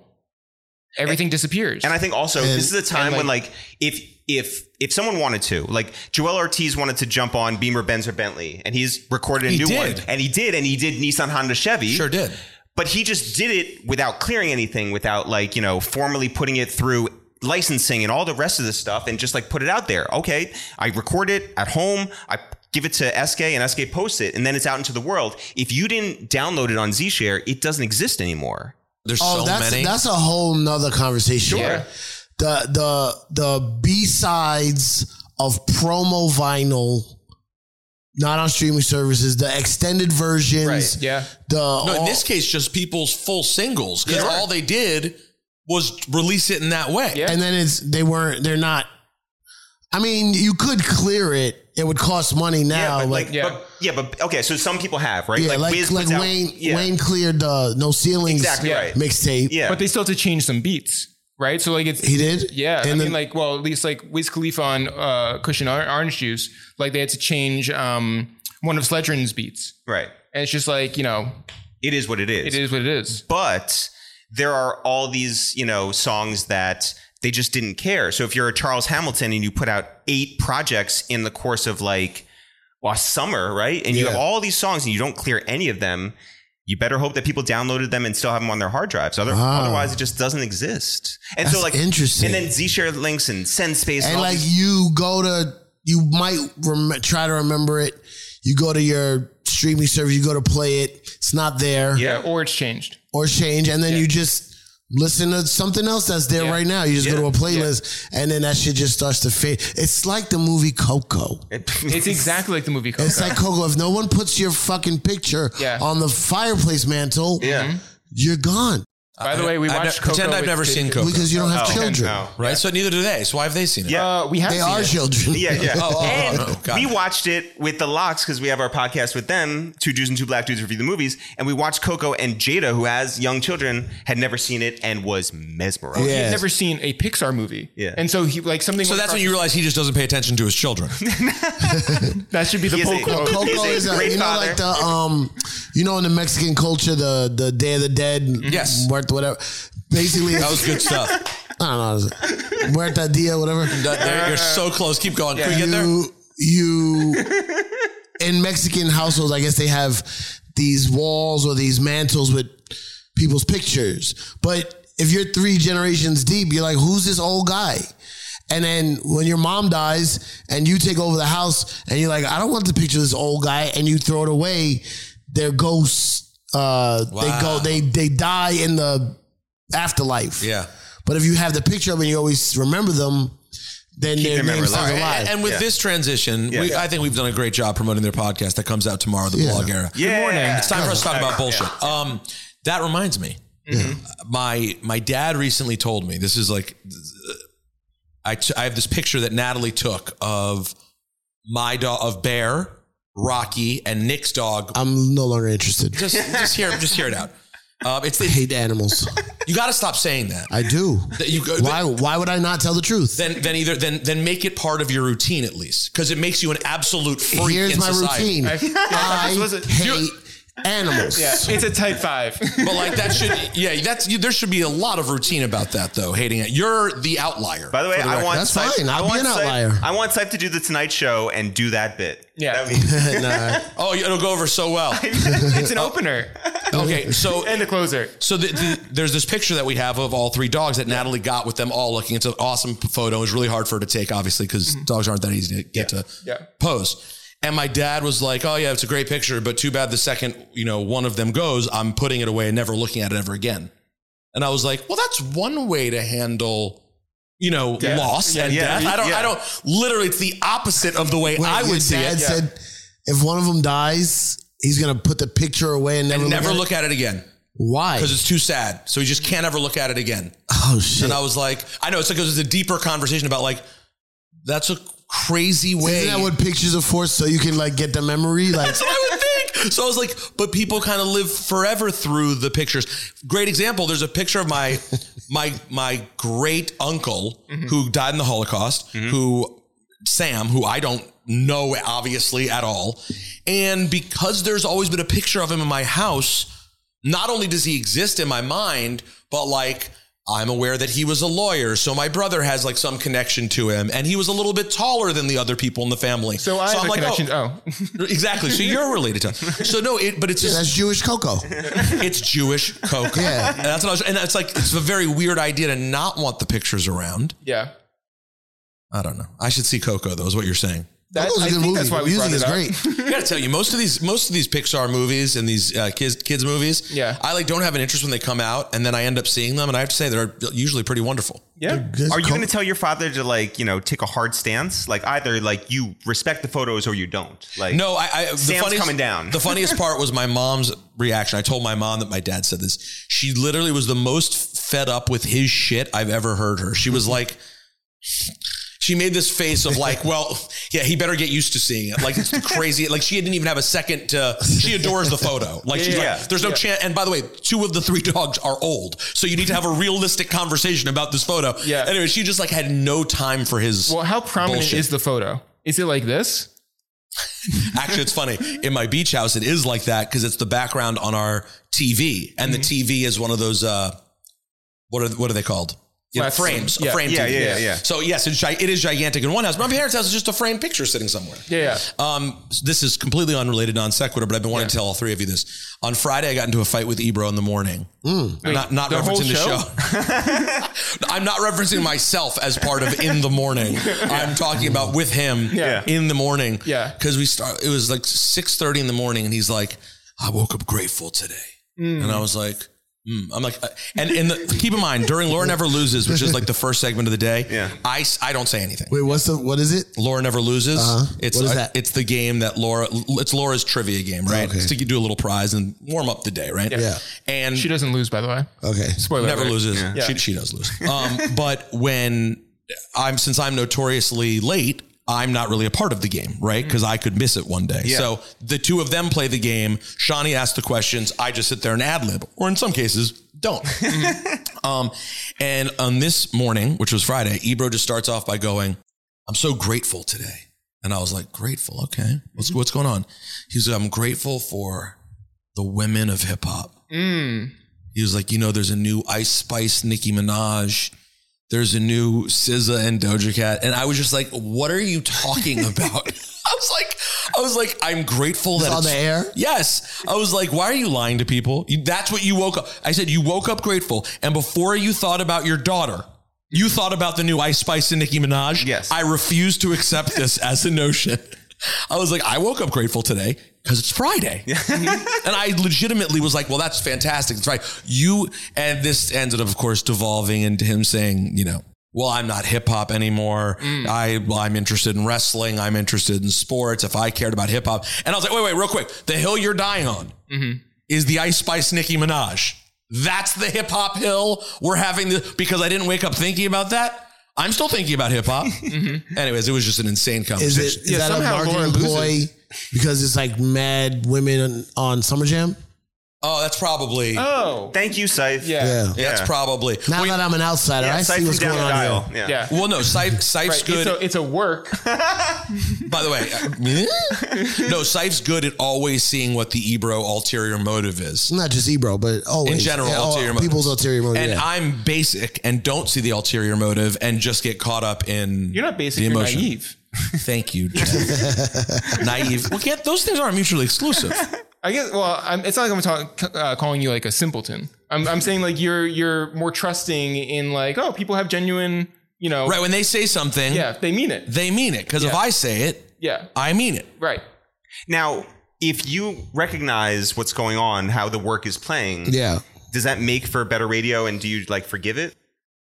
everything disappears. And I think also this is a time and, when like if if if someone wanted to, like Joel Ortiz wanted to jump on Beamer Benz or Bentley, and he's recorded a He new did. one, and he did, and he did Nissan Honda Chevy, Sure did. but he just did it without clearing anything, without like you know formally putting it through licensing and all the rest of this stuff, and just like put it out there. Okay, I record it at home. I give it to SK and SK posts it, and then it's out into the world. If you didn't download it on Zshare, it doesn't exist anymore. There's so Oh, that's many. that's a whole nother conversation. Sure. Yeah. The the the B sides of promo vinyl, not on streaming services, the extended versions. Right. yeah, The no, in all- this Oh. case, just people's full singles because Sure. all they did was release it in that way. Yeah. and then it's they weren't they're not. I mean, you could clear it. It would cost money now. yeah, but like, like, yeah. But, yeah, but okay. So some people have right, yeah, like Wiz like, puts out- Wayne yeah. Wayne cleared the No Ceilings Exactly Yeah. right. mixtape. Yeah. but they still have to change some beats, right? So like it's He did. Yeah, and I then mean, like, well, at least like Wiz Khalifa on uh, Cushion Or- Orange Juice, like they had to change um, one of Sledrin's beats, right. and it's just like you know, It is what it is. it is what it is. But there are all these, you know, songs that they just didn't care. So if you're a Charles Hamilton and you put out eight projects in the course of like well, summer, right? And you Yeah. have all these songs and you don't clear any of them, you better hope that people downloaded them and still have them on their hard drives. Other, Ah. Otherwise, it just doesn't exist. And so, That's like, interesting. And then Zshare links and Send Space and like you go to you might rem- try to remember it you go to your streaming service you go to play it it's not there Yeah, or it's changed. or change and then you just listen to something else that's there Yeah. right now you just Yeah. go to a playlist and then that shit just starts to fade it's like the movie coco It's exactly like the movie Coco. it's like coco if no one puts your fucking picture Yeah. on the fireplace mantle Yeah. you're gone By the way, we I've watched ne- pretend Coco I've with never Kid seen Cudi. Coco. because you don't have Oh, children no. right? So neither do they. So why have they seen it? Yeah. Uh, we have they seen are it. children Yeah, yeah. Oh, oh, and oh, got we it. watched it with the locks because we have our podcast with them, two Jews and two black dudes review the movies, and we watched Coco and Jada, who has young children, had never seen it and was mesmerized. Yeah. He's never seen a Pixar movie. Yeah. and so he like something. So went that's when across- you realize he just doesn't pay attention to his children. That should be the He is full a- quote. Coco- Coco He's is a a, great you know father. like the um you know in the Mexican culture the the Day of the Dead Yes. worth whatever basically That was good stuff. I don't know worth idea whatever That- there- you're so close. Keep going. Can we get there? you you in Mexican households I guess they have these walls or these mantles with people's pictures but if you're three generations deep you're like who's this old guy. And then when your mom dies and you take over the house and you're like, I don't want the picture of this old guy, and you throw it away, their ghosts uh they go Wow. they they die in the afterlife. Yeah. But if you have the picture of it and you always remember them, then their their memory name alive. stays alive. And, and with Yeah. this transition, we, I think we've done a great job promoting their podcast that comes out tomorrow, the Yeah. blog era. Yeah. It's time for us to talk about bullshit. Um, that reminds me. Mm-hmm. My my dad recently told me this is like I t- I have this picture that Natalie took of my dog of Bear, Rocky, and Nick's dog. I'm no longer interested. Just just hear just hear it out. Um, it's I the, hate animals. you got to stop saying that. I do. That you go- why why would I not tell the truth? Then then either then then make it part of your routine at least because it makes you an absolute freak. Here's in my society. routine. I- yeah, I this was a- hate You- Animals. Yeah, it's a type five. but like that should, yeah, that's you, there should be a lot of routine about that though. Hating it, you're the outlier. By the way, for I record. want Sype- I want Sype- outlier. I want Sype to do the Tonight Show and do that bit. Yeah. Oh, it'll go over so well. it's Oh. an opener. Okay, so and a closer. So the, the, there's this picture that we have of all three dogs that Natalie got with them all looking. It's an awesome photo. It was really hard for her to take, obviously, because Mm-hmm. dogs aren't that easy to get to Yeah. pose. And my dad was like, "Oh yeah, it's a great picture, but too bad the second you know one of them goes, I'm putting it away and never looking at it ever again." And I was like, "Well, that's one way to handle." You know, Death. loss Yeah, and yeah, death. I don't. yeah. I don't. Literally, it's the opposite of the way Wait, I your would see dad it. said if one of them dies, he's gonna put the picture away and never and look never at it? look at it again. Why? Because it's too sad. So he just can't ever look at it again. Oh shit! And I was like, I know it's like it was a deeper conversation about like that's a crazy way. Isn't that what pictures are for? So you can like get the memory. Like That's what I would think. So I was like, but people kind of live forever through the pictures. Great example. There's a picture of my my my great uncle Mm-hmm. who died in the Holocaust, who Sam, who I don't know obviously at all. And because there's always been a picture of him in my house, not only does he exist in my mind, but like I'm aware that he was a lawyer, so my brother has like some connection to him, and he was a little bit taller than the other people in the family. So I have I'm a connection. oh, Oh, exactly. So you're related to. So no, it, but it's Yeah, just, that's Jewish cocoa. it's Jewish Coke. Yeah. and that's what I was. And it's like it's a very weird idea to not want the pictures around. yeah. I don't know. I should see Coco though. Is what you're saying? That, Coco's a I good think movie. that's why The we music brought it is up. great. I gotta tell you, most of these most of these Pixar movies and these uh, kids kids movies, Yeah. I like don't have an interest when they come out, and then I end up seeing them, and I have to say they're usually pretty wonderful. Yeah. Are you Co- going to tell your father to like you know take a hard stance? Like either like you respect the photos or you don't. Like No, I. I the Sam's funniest, coming down. The funniest part was my mom's reaction. I told my mom that my dad said this. She literally was the most fed up with his shit I've ever heard her. She was like. She made this face of like, well, yeah, he better get used to seeing it. Like it's the crazy. Like she didn't even have a second to. She adores the photo. Like she's Yeah. like, there's no chance. And by the way, two of the three dogs are old, so you need to have a realistic conversation about this photo. Yeah. Anyway, she just like had no time for his. Well, how prominent Bullshit. is the photo? Is it like this? Actually, it's funny. In my beach house, it is like that because it's the background on our TV, and the TV is one of those. Uh, what are what are they called? You know, Flats. frames. A Yeah. frame Yeah, TV. yeah, yeah, yeah. So yes, it's, gi- it is gigantic in one house. My parents' house is just a framed picture sitting somewhere. Yeah, yeah. Um, this is completely unrelated, non sequitur, but I've been wanting to tell all three of you this. On Friday, I got into a fight with Ebro in the morning. not not the whole referencing the show? show. I'm not referencing myself as part of in the morning. I'm talking about with him Yeah. in the morning. Yeah. Cause we start it was like six thirty in the morning and he's like, I woke up grateful today. And I was like, mm. I'm like, uh, and, and the, keep in mind during Laura Never Loses, which is like the first segment of the day. Yeah. I, s- I don't say anything. Wait, what's the what is it? Laura never loses. It's Uh-huh. What is uh, that? it's the game that Laura. It's Laura's trivia game, right? Okay. It's to do a little prize and warm up the day, right? Yeah. And She doesn't lose, by the way. Okay. Spoiler. never alert. loses. She, she does lose. Um, but when I'm, since I'm notoriously late, I'm not really a part of the game, Mm. right? Because I could miss it one day. So the two of them play the game. Shawnee asks the questions. I just sit there and ad lib, or in some cases, don't. Mm-hmm. um, and on this morning, which was Friday, Ebro just starts off by going, I'm so grateful today. And I was like, grateful. Okay. What's, what's going on? He's like, I'm grateful for the women of hip hop. Mm. He was like, you know, there's a new Ice Spice Nicki Minaj. There's a new SZA and Doja Cat. And I was just like, what are you talking about? I was like, I was like, I'm grateful that on it's- the air? Yes. I was like, why are you lying to people? You- that's what you woke up. I said, you woke up grateful. And before you thought about your daughter, you thought about the new Ice Spice and Nicki Minaj. Yes. I refuse to accept this as a notion. I was like, I woke up grateful today because it's Friday. And I legitimately was like, well, that's fantastic. That's right. You, and this ended up, of course, devolving into him saying, you know, well, I'm not hip hop anymore. I, well, I'm interested in wrestling. I'm interested in sports. If I cared about hip hop. And I was like, wait, wait, real quick. The hill you're dying on is the Ice Spice Nicki Minaj. That's the hip hop hill we're having the, because I didn't wake up thinking about that. I'm still thinking about hip hop. Mm-hmm. Anyways, it was just an insane Is conversation. it is Yeah, that a somehow Laura marketing loses. ploy? Because it's like mad women on, on Summer Jam. Oh, that's probably. Oh, thank you, Scythe. Yeah. Yeah. that's Yeah. probably. Now that I'm an outsider, I see what's going on. here. Well, no, Scythe, Scythe's Right, good. It's a, it's a work. By the way, uh, no, Scythe's good at always seeing what the Ebro ulterior motive is. Not just Ebro, but always. in general, Yeah, all- ulterior motive. people's ulterior motive. And yeah. I'm basic and don't see the ulterior motive and just get caught up in You're not basic. the You're emotion. naive. Thank you, Jeff. naive. Well, can't, those things aren't mutually exclusive. I guess. Well, I'm, it's not like I'm talk, uh, calling you like a simpleton. I'm, I'm saying like you're you're more trusting in like oh people have genuine you know Right. When they say something, yeah they mean it they mean it. Because if Yeah. I say it, yeah I mean it. right Now, if you recognize what's going on, how the work is playing, Yeah. does that make for better radio? And do you like forgive it?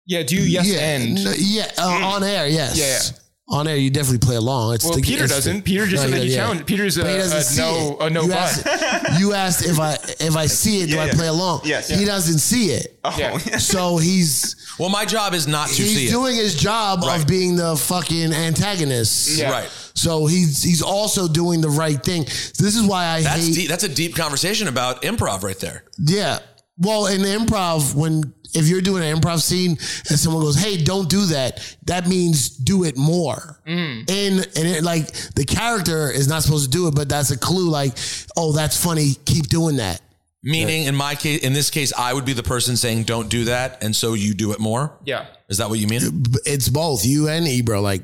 yeah do yes yeah, and no, yeah, uh, on air, yes. Yeah, yeah. On air, you definitely play along. It's Well, the- Peter it's the- doesn't. Peter just Right, said yeah, that he yeah. challenged. Peter's a, But he doesn't a see uh, no, it. a no you buy. asked, you asked if I if I see it, do Yeah, I yeah. play along? Yes. He doesn't see it, Oh, Yeah. so he's Well, my job is not to see he's it. doing his job Right. of being the fucking antagonist. Yeah. Right. So he's he's also doing the right thing. This is why I That's hate. deep, that's a deep conversation about improv right there. Yeah. Well, in improv, when if you're doing an improv scene and someone goes, "Hey, don't do that," that means do it more. Mm. And and it, like the character is not supposed to do it, but that's a clue. Like, oh, that's funny. Keep doing that. Meaning, in my case, in this case, I would be the person saying, "Don't do that," and so you do it more. Yeah. Is that what you mean? B- It's both you and Ebro, like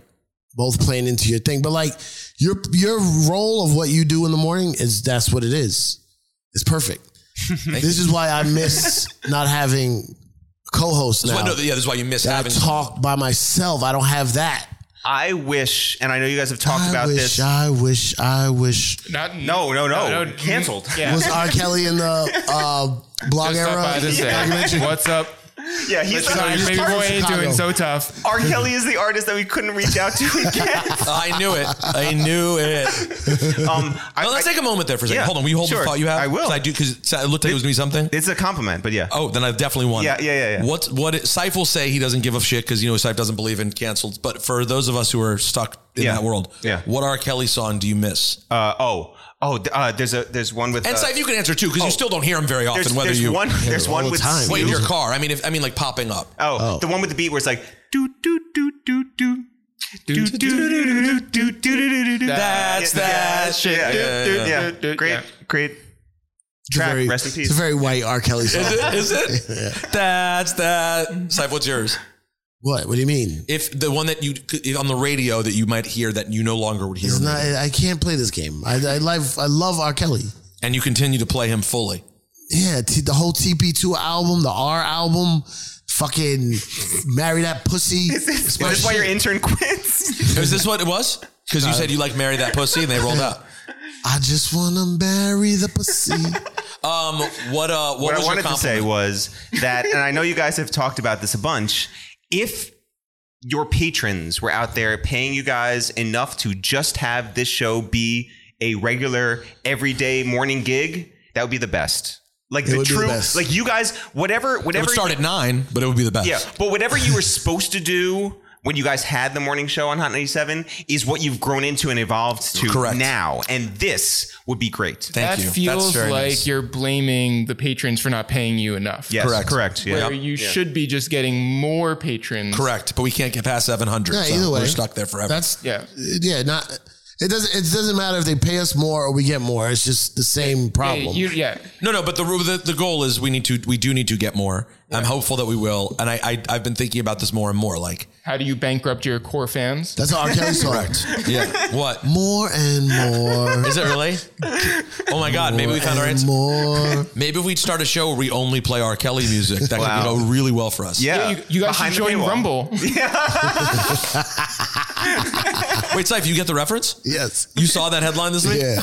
both playing into your thing. But like your your role of what you do in the morning is that's what it is. It's perfect. this is why I miss not having co-hosts That's now. why, no, yeah, that's why you miss I having. talk by myself. I don't have that. I wish, and I know you guys have talked I about wish, this. I wish, I wish. Not no, no, no, No, no. canceled. Yeah. Was R. Kelly in the uh, blog Just era? stop by this day. What's up? Yeah, he's So the your baby part boy of ain't Chicago. doing so tough. R. Kelly is the artist that we couldn't reach out to again. Oh, I knew it. I knew it. um, I, Now, let's I- take a moment there for a second. Yeah, hold on. Will you hold sure. the thought you have? I will. 'Cause I do because it looked like it was gonna be something. it's a compliment, but yeah. Oh, then I've definitely won. Yeah, yeah, yeah, yeah. What what Seif will say he doesn't give a shit because you know Seif doesn't believe in canceled. But for those of us who are stuck in Yeah. that world, Yeah. what R. Kelly song do you miss? Uh, oh, oh, th- uh, there's a there's one with and uh, Seif, you can answer too because you still don't hear him very often. there's, whether there's you one there's all one the with time. wait in Snoop. your car. I mean, if I mean like popping up. Oh, the one with the beat where it's like do do do do do. Do, do, do, do, do, do, do, do, do, do. That's Yeah, that yeah, shit. Yeah, Yeah, yeah, yeah, yeah. yeah. Yeah. Great, Yeah. great. It's a Track, very- rest in peace. It's a very white R. Kelly song. Is it? Is it? That's that. Seif, what's yours? What? What do you mean? If the one that you if on the radio that you might hear that you no longer would hear, It's on the not. I can't play this game. I, I love. I love R. Kelly. radio, and you continue to play him fully. Yeah, t- the whole TP2 album, the R album, fucking marry that pussy. Is this why your intern quits? Is this what it was? Because Uh, you said you like marry that pussy, and they rolled out. I just wanna marry the pussy. Um, what uh, what, what was I wanted your to say compliment? was that, and I know you guys have talked about this a bunch. If your patrons were out there paying you guys enough to just have this show be a regular, everyday morning gig, that would be the best. Like the would be the true, best. like you guys, whatever, It whatever. would start at nine, but it would be the best. Yeah, but whatever you were supposed to do when you guys had the morning show on Hot 97 is what you've grown into and evolved to Correct. now. And this would be great. Thank that you. feels very like nice. you're blaming the patrons for not paying you enough. yes, correct. Correct. Yeah. Where you should be just getting more patrons. correct, but we can't get past seven hundred. Yeah, so either way. we're stuck there forever. That's Yeah. yeah. Not it doesn't it doesn't matter if they pay us more or we get more. It's just the same problem. Hey, you- yeah. no, no, but the, the the goal is we need to we do need to get more. I'm hopeful that we will, and I, I I've been thinking about this more and more. Like, How do you bankrupt your core fans? That's what R. Kelly song. yeah, what More and more. is it really? Oh my God, maybe we found our and answer. more. Maybe if we'd start a show where we only play R. Kelly music, that Wow. could go really well for us. Yeah. You, you guys Behind should the join paywall. Rumble. Wait, Siphon, you get the reference? Yes. You saw that headline this week? Yeah.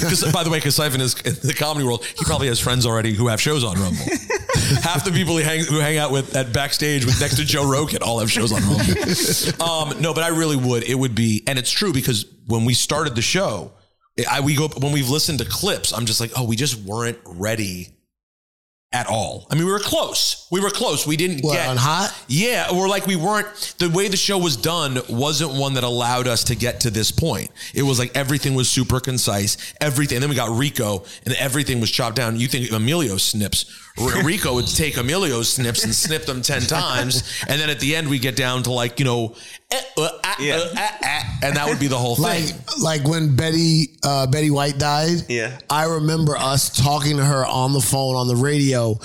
'Cause, by the way, because Siphon is in the comedy world, he probably has friends already who have shows on Rumble. Half the people he hang, who hang out with at backstage with next to Joe Rogan all have shows on Rumble. um, no, but I really would. It would be, and it's true because when we started the show, I, we go when we've listened to clips, I'm just like, oh, we just weren't ready at all. I mean, we were close. We were close. We didn't What, get on Hot? Yeah, or like we weren't. The way the show was done wasn't one that allowed us to get to this point. It was like everything was super concise. Everything. And then we got Rico, and everything was chopped down. You think Emilio snips? R- Rico would take Emilio's snips and snip them ten times, and then at the end we get down to like you know, eh, uh, ah, uh, ah, ah, and that would be the whole like thing. like when Betty uh, Betty White died. Yeah. I remember us talking to her on the phone on the radio.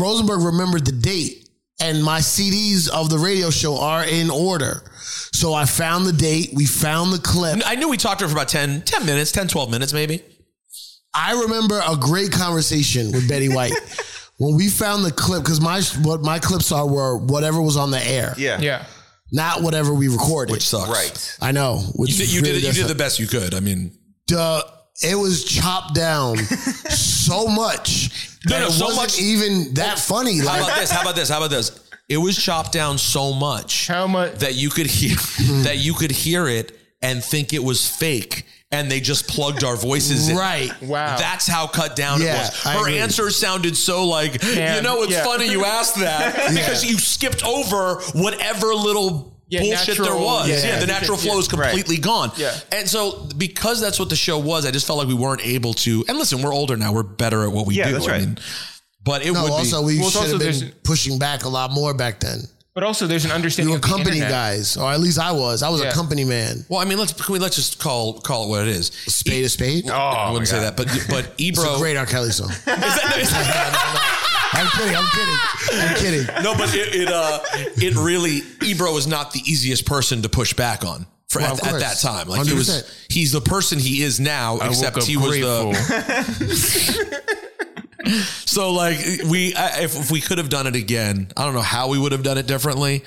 Rosenberg remembered the date, and my CDs of the radio show are in order. So I found the date. We found the clip. I knew we talked to her for about 10, 10 minutes, 10, 12 minutes maybe. I remember a great conversation with Betty White when we found the clip because my what my clips are were whatever was on the air, Yeah. Yeah. not whatever we recorded. Which sucks. Right. I know. Which You did, is you really did you did different. the best you could. I mean, Duh, it was chopped down so much. No, that no, it so wasn't much- even that funny. how Like about this? How about this? How about this? It was chopped down so much How much? that you could hear that you could hear it and think it was fake, and they just plugged our voices in. right. Wow. That's how cut down Yeah, it was. I Her agree. answer sounded so like, Man, you know, it's yeah. funny you asked that because you skipped over whatever little Yeah, bullshit there natural- was. Yeah, yeah, the yeah, natural yeah. flow is completely gone. Yeah. And so because that's what the show was, I just felt like we weren't able to. And listen, we're older now. We're better at what we Yeah, do. that's I right. mean, but it No, would also be. we Well, it's should also have been there's- pushing back a lot more back then. But also, there's an We understanding were of the company internet. guys, or at least I was. I was Yeah. a company man. Well, I mean, let's can we let's just call call it what it is. Spade a spade. Oh, I wouldn't say that, but but It's Ebro. a great R. Kelly song. Is that- is that- I'm kidding. I'm kidding. I'm kidding. No, but it it, uh, it really Ebro is not the easiest person to push back on for, Well, at, of at course. that time. Like he 100%. was, he's the person he is now, except he was the. So like we, I, if, if we could have done it again, I don't know how we would have done it differently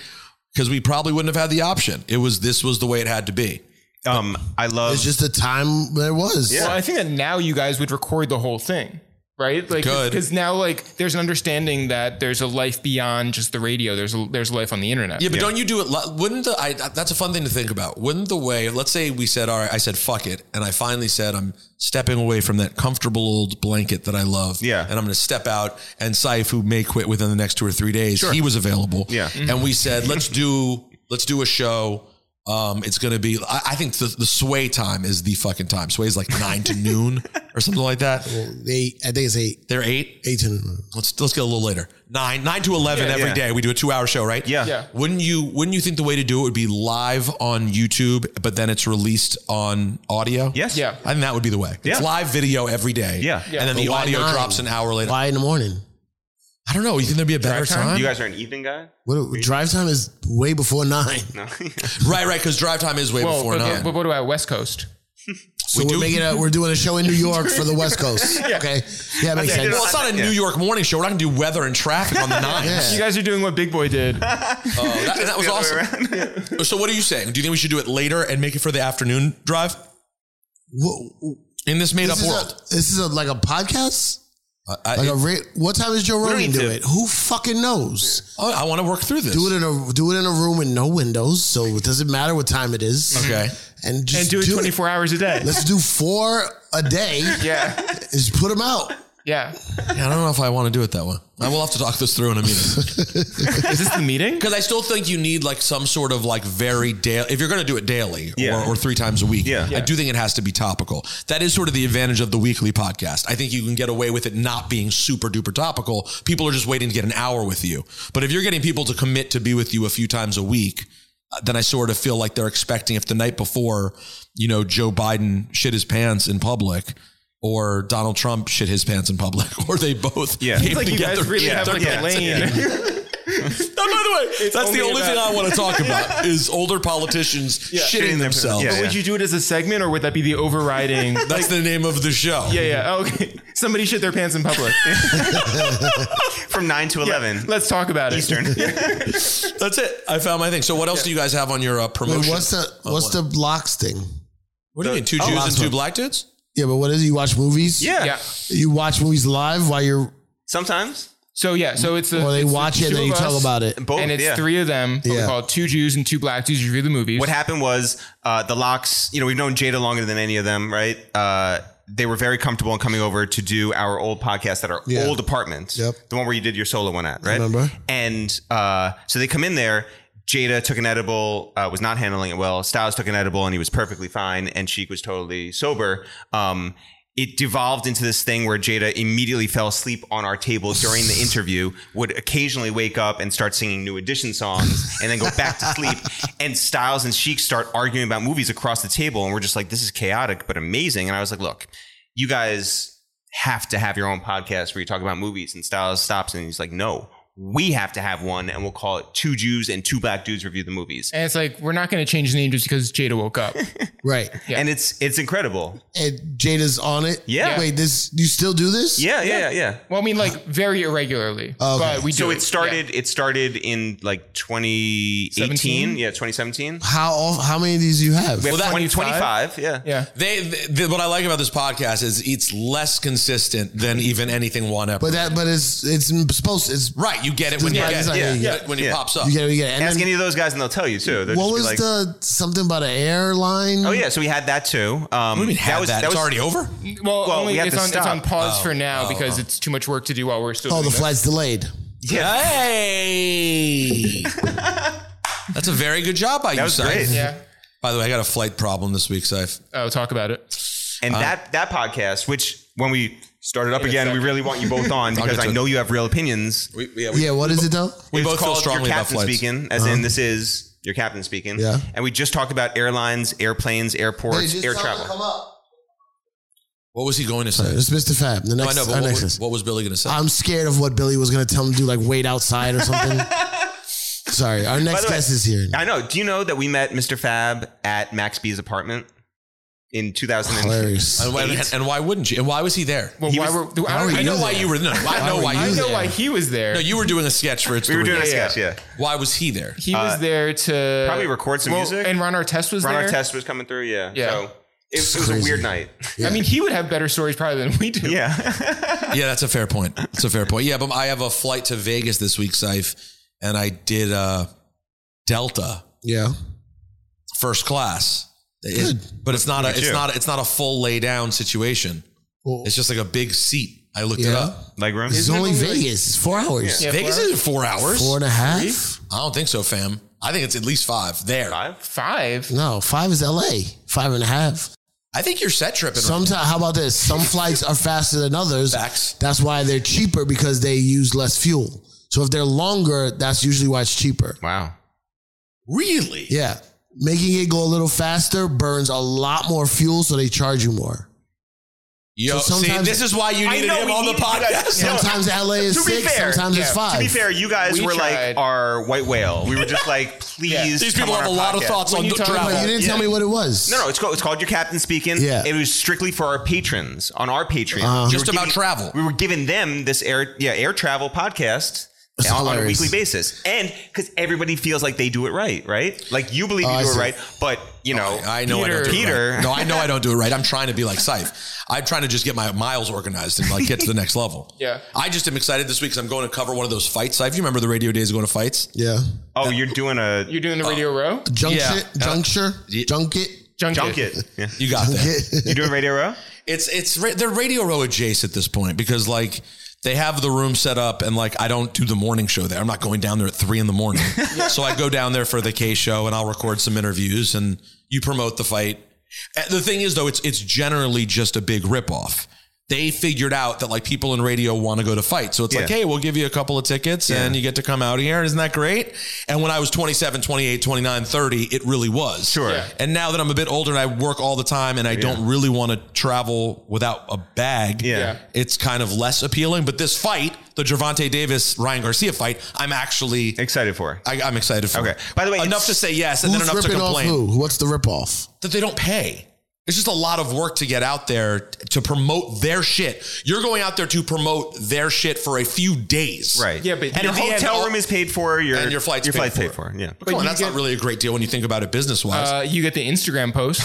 because we probably wouldn't have had the option. It was this was the way it had to be. Um, I love. It's just the time there was. Well, I think that now you guys would record the whole thing, right? Like, Good. because now like there's an understanding that there's a life beyond just the radio. There's a, there's life on the internet. Yeah, but don't you do it? li- Wouldn't the I, that's a fun thing to think about? Wouldn't the way? Let's say we said, all right, I said fuck it, and I finally said I'm stepping away from that comfortable old blanket that I love. Yeah. and I'm going to step out. And Saif, who may quit within the next two or three days, he was available. Yeah. Mm-hmm. and we said let's do let's do a show. Um, it's going to be. I, I think the, the sway time is the fucking time. Sway is like nine to noon or something like that. They, I think it's eight, They're eight. eight to Let's let's get a little later. Nine nine to eleven every day. yeah. We do a two hour show, right? Yeah. Yeah. Wouldn't you Wouldn't you think the way to do it would be live on YouTube, but then it's released on audio? Yes. Yeah. I think that would be the way. It's Yeah. live video every day. Yeah. Yeah. And then the But why audio nine? drops an hour later. why in the morning. I don't know. You think there'd be a better time? time? You guys are an evening guy. What drive time is way before nine. No. right, right. Because drive time is way Well, before but, nine. but what about West Coast? So we are do- making a, we're doing a show in New York for the West Coast. Okay, yeah, that makes Okay. sense. well, it's not a Yeah. New York morning show. We're not going to do weather and traffic on the nine. You Yeah. guys are doing what Big Boy did. that, that was the other awesome. so, what are you saying? Do you think we should do it later and make it for the afternoon drive Whoa, whoa. in this made This up is, world? a, this is a, like a podcast. I- Like a ra- what time is Joe Rogan need do to- it? Who fucking knows? Oh, I, want to work through this. Do it in a do it in a room with no windows, so it doesn't matter what time it is. Okay. and just and do it 24 hours a day. Let's do four a day. Yeah. and just put them out. Yeah. Yeah, I don't know if I want to do it that way. I will have to talk this through in a meeting Is this the meeting? because I still think you need like some sort of like very daily. If you're going to do it daily Yeah. or, or three times a week, Yeah. I do think it has to be topical. That is sort of the advantage of the weekly podcast. I think you can get away with it not being super duper topical. People are just waiting to get an hour with you. But if you're getting people to commit to be with you a few times a week. uh, Then I sort of feel like they're expecting if the night before, you know, Joe Biden shit his pants in public, or Donald Trump shit his pants in public, or they both Yeah. came It's like you together. guys really have like yeah, a lane. No, by the way, that's the only only thing about- I want to talk about is older politicians shitting Shitting themselves. themselves. Yeah, yeah. Would you do it as a segment or would that be the overriding? That's the name of the show. yeah, yeah. Oh, okay. Somebody shit their pants in public. From nine to eleven. Let's talk about it. Eastern. That's it. I found my thing. So what else do you guys have on your uh, Wait, promotion? what's the what's the blocks thing? what do you mean? Two Jews last and two one. black dudes? Yeah, but what is it? You watch movies? Yeah. Yeah. You watch movies live while you're, Sometimes So yeah, so it's the or they it's the watch it two and then you of talk us, about it. both. and it's yeah. three of them. but We Yeah. call it two Jews and two black dudes who review the movies. What happened was uh, the locks. You know, we've known Jada longer than any of them, right? Uh, they were very comfortable in coming over to do our old podcast at our Yeah. old apartment. Yep. The one where you did your solo one at, I right? remember. And uh, so they come in there. Jada took an edible, uh, was not handling it well. Styles took an edible and he was perfectly fine. And Sheik was totally sober. Um, it devolved into this thing where Jada immediately fell asleep on our table during the interview, would occasionally wake up and start singing new edition songs and then go back to sleep. And Styles and Sheik start arguing about movies across the table. And we're just like, this is chaotic, but amazing. And I was like, look, you guys have to have your own podcast where you talk about movies. And Styles stops and he's like, no, we have to have one and we'll call it Two Jews and Two Black Dudes Review the Movies. And it's like we're not going to change the name just because Jada woke up. Right. And it's it's incredible. And Jada's on it. Yeah. Wait, this you still do this? Yeah, yeah, yeah, yeah. Well, I mean, like very irregularly, but we do. so it started it started in like 2018, Seventeen? yeah, 2017. How off, how many of these do you have? We have 20, 25, yeah. Yeah. They, th what I like about this podcast is it's less consistent than even anything one episode. But that but it's it's supposed it's right, you get it when Yeah, you get it. yeah, yeah. When it Yeah. pops up. You get it, you get it. And Ask then- any of those guys and they'll tell you too. They'll what just be was like, the something about an airline? Oh yeah, so we had that too. Um, We had that. It's already over. Well, Well, only we have it's to on it's stop. on pause for now oh, because oh. it's too much work to do while we're still. Oh, the doing this. flight's delayed. Yeah, Hey. That's a very good job by that you, was Seif. great. Yeah. By the way, I got a flight problem this week, Seif. Oh, talk about it. And that that podcast, which when we started up a again, we second. really want you both on because get I to it. know you have real opinions. Yeah, what is it though? We It's both feel called strongly your about captain flights. Uh-huh. speaking, as in this is your captain speaking. Yeah. And we just talked about airlines, airplanes, Hey, airports, just air tell them to come travel. up. What was he going to say? It's Mr. Fab. Oh, The No, I next, know, our but what next was, is- what was Billy going to say? I'm scared of what Billy was gonna tell him to do, like wait outside or something. Sorry, our next the way- guest is here. I know. Do you know that we met Mr. Fab at Max B's apartment in 2000? Hilarious. and, why, eight. and why wouldn't you? And why was he there? Well, He why was- were? I, were don't- I I you know know. why you were there. I know were why you you I were know there. why he was there. No, you were doing a sketch for It's We were the doing a Week. sketch, yeah. Why was he there? he was there to Uh, Probably record some Well, music. And Ron Artest was Ron there. Artest was coming through, yeah. Yeah. So it, it was a Crazy. weird night. I mean, he would have better stories probably than we do. Yeah. yeah, that's a fair point. That's a fair point. Yeah, but I have a flight to Vegas this week, Seif, and I did uh, Delta yeah. first class. It- but it's not a at it's you. not a, it's not a full lay down situation. Well- it's just like a big seat. I looked it Yeah. up. Leg room. It's only Vegas. It's four hours. Yeah, Vegas four is four hours. Four and a half? I don't think so, fam. I think it's at least five there. Five. Five. No, five is LA. Five and a half. I think you're set tripping. Sometimes, how about this? Some flights are faster than others. Facts. That's why they're cheaper because they use less fuel. So if they're longer, that's usually why it's cheaper. Wow. really? Yeah. Making it go a little faster burns a lot more fuel, so they charge you more. Yo, So see, sometimes- this is why you I needed know him we on the needed you guys. podcast. Yeah. Sometimes LA is To be six, fair, sometimes it's yeah, to five. To be fair, you guys We were tried. like our white whale. We were just like, please. These come people on have a our lot of podcast. thoughts When on you d- talk about- travel. But you didn't tell me what it was. No, no, it's called, it's called Your Captain Speaking. Yeah. Uh-huh. It was strictly for our patrons on our Patreon. We Just were about giving- travel. We were giving them this air, yeah, air travel podcast That's on, on a hilarious. weekly basis. And because everybody feels like they do it right, right? Like you believe Oh, I you do it see. right, but you know, Oh, I know I Peter, don't do Peter, it right. No, I know I don't do it right. I'm trying to be like Scythe. I'm trying to just get my miles organized and like get to the next level. Yeah. I just am excited this week because I'm going to cover one of those fights. Scythe, you remember the radio days going to fights? Yeah. oh, you're doing a You're doing the Radio Row Junction, Yeah. Juncture, Yeah. Junket. junket. junket. Yeah. You got that. You doing Radio Row? It's it's ra- they're radio row adjacent at this point because like they have the room set up and like I don't do the morning show there. I'm not going down there at three in the morning. so I go down there for the K show and I'll record some interviews and you promote the fight. Uh, The thing is though, it's it's generally just a big ripoff. They figured out that like people in radio want to go to fight. So it's like, Yeah. hey, we'll give you a couple of tickets and you get to come out here. Isn't that great? And when I was 27, 28, 29, 30, it really was. Sure. Yeah. And now that I'm a bit older and I work all the time and I don't really want to travel without a bag, Yeah. Yeah. it's kind of less appealing. But this fight, the Gervonta Davis Ryan Garcia fight, I'm actually Excited for. I, I'm excited for. Okay. it. By the way, enough it's- to say yes and Who's then enough to ripping off complain who? What's the ripoff? that they don't pay. It's just a lot of work to get out there t- to promote their shit. You're going out there to promote their shit for a few days, Right. Yeah, but and your hotel your hotel room is paid for. Your And your flight's your paid flight's for. paid for. Yeah. But Come on, you that's get- not really a great deal when you think about it business wise. Uh, you get the Instagram post.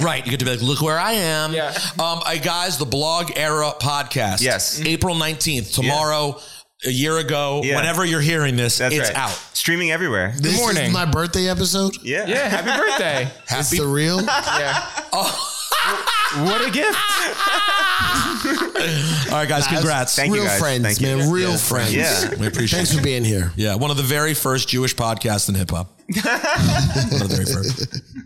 Right. You get to be like, look where I am. Yeah. Um, I guys, the blog era podcast. Yes. April 19th, tomorrow, a year ago, Yeah. whenever you're hearing this, That's it's right. out. Streaming everywhere. This morning. is my birthday episode. Yeah. yeah, happy birthday. Happy. It's the real. Yeah. what a gift. All right, guys, Nah, congrats. Thank you, real Real guys. friends, friends, Thank you. man. man, Real real friends. friends. we appreciate Thanks for being here. Yeah, one of the very first Jewish podcasts in hip hop. one of the very first.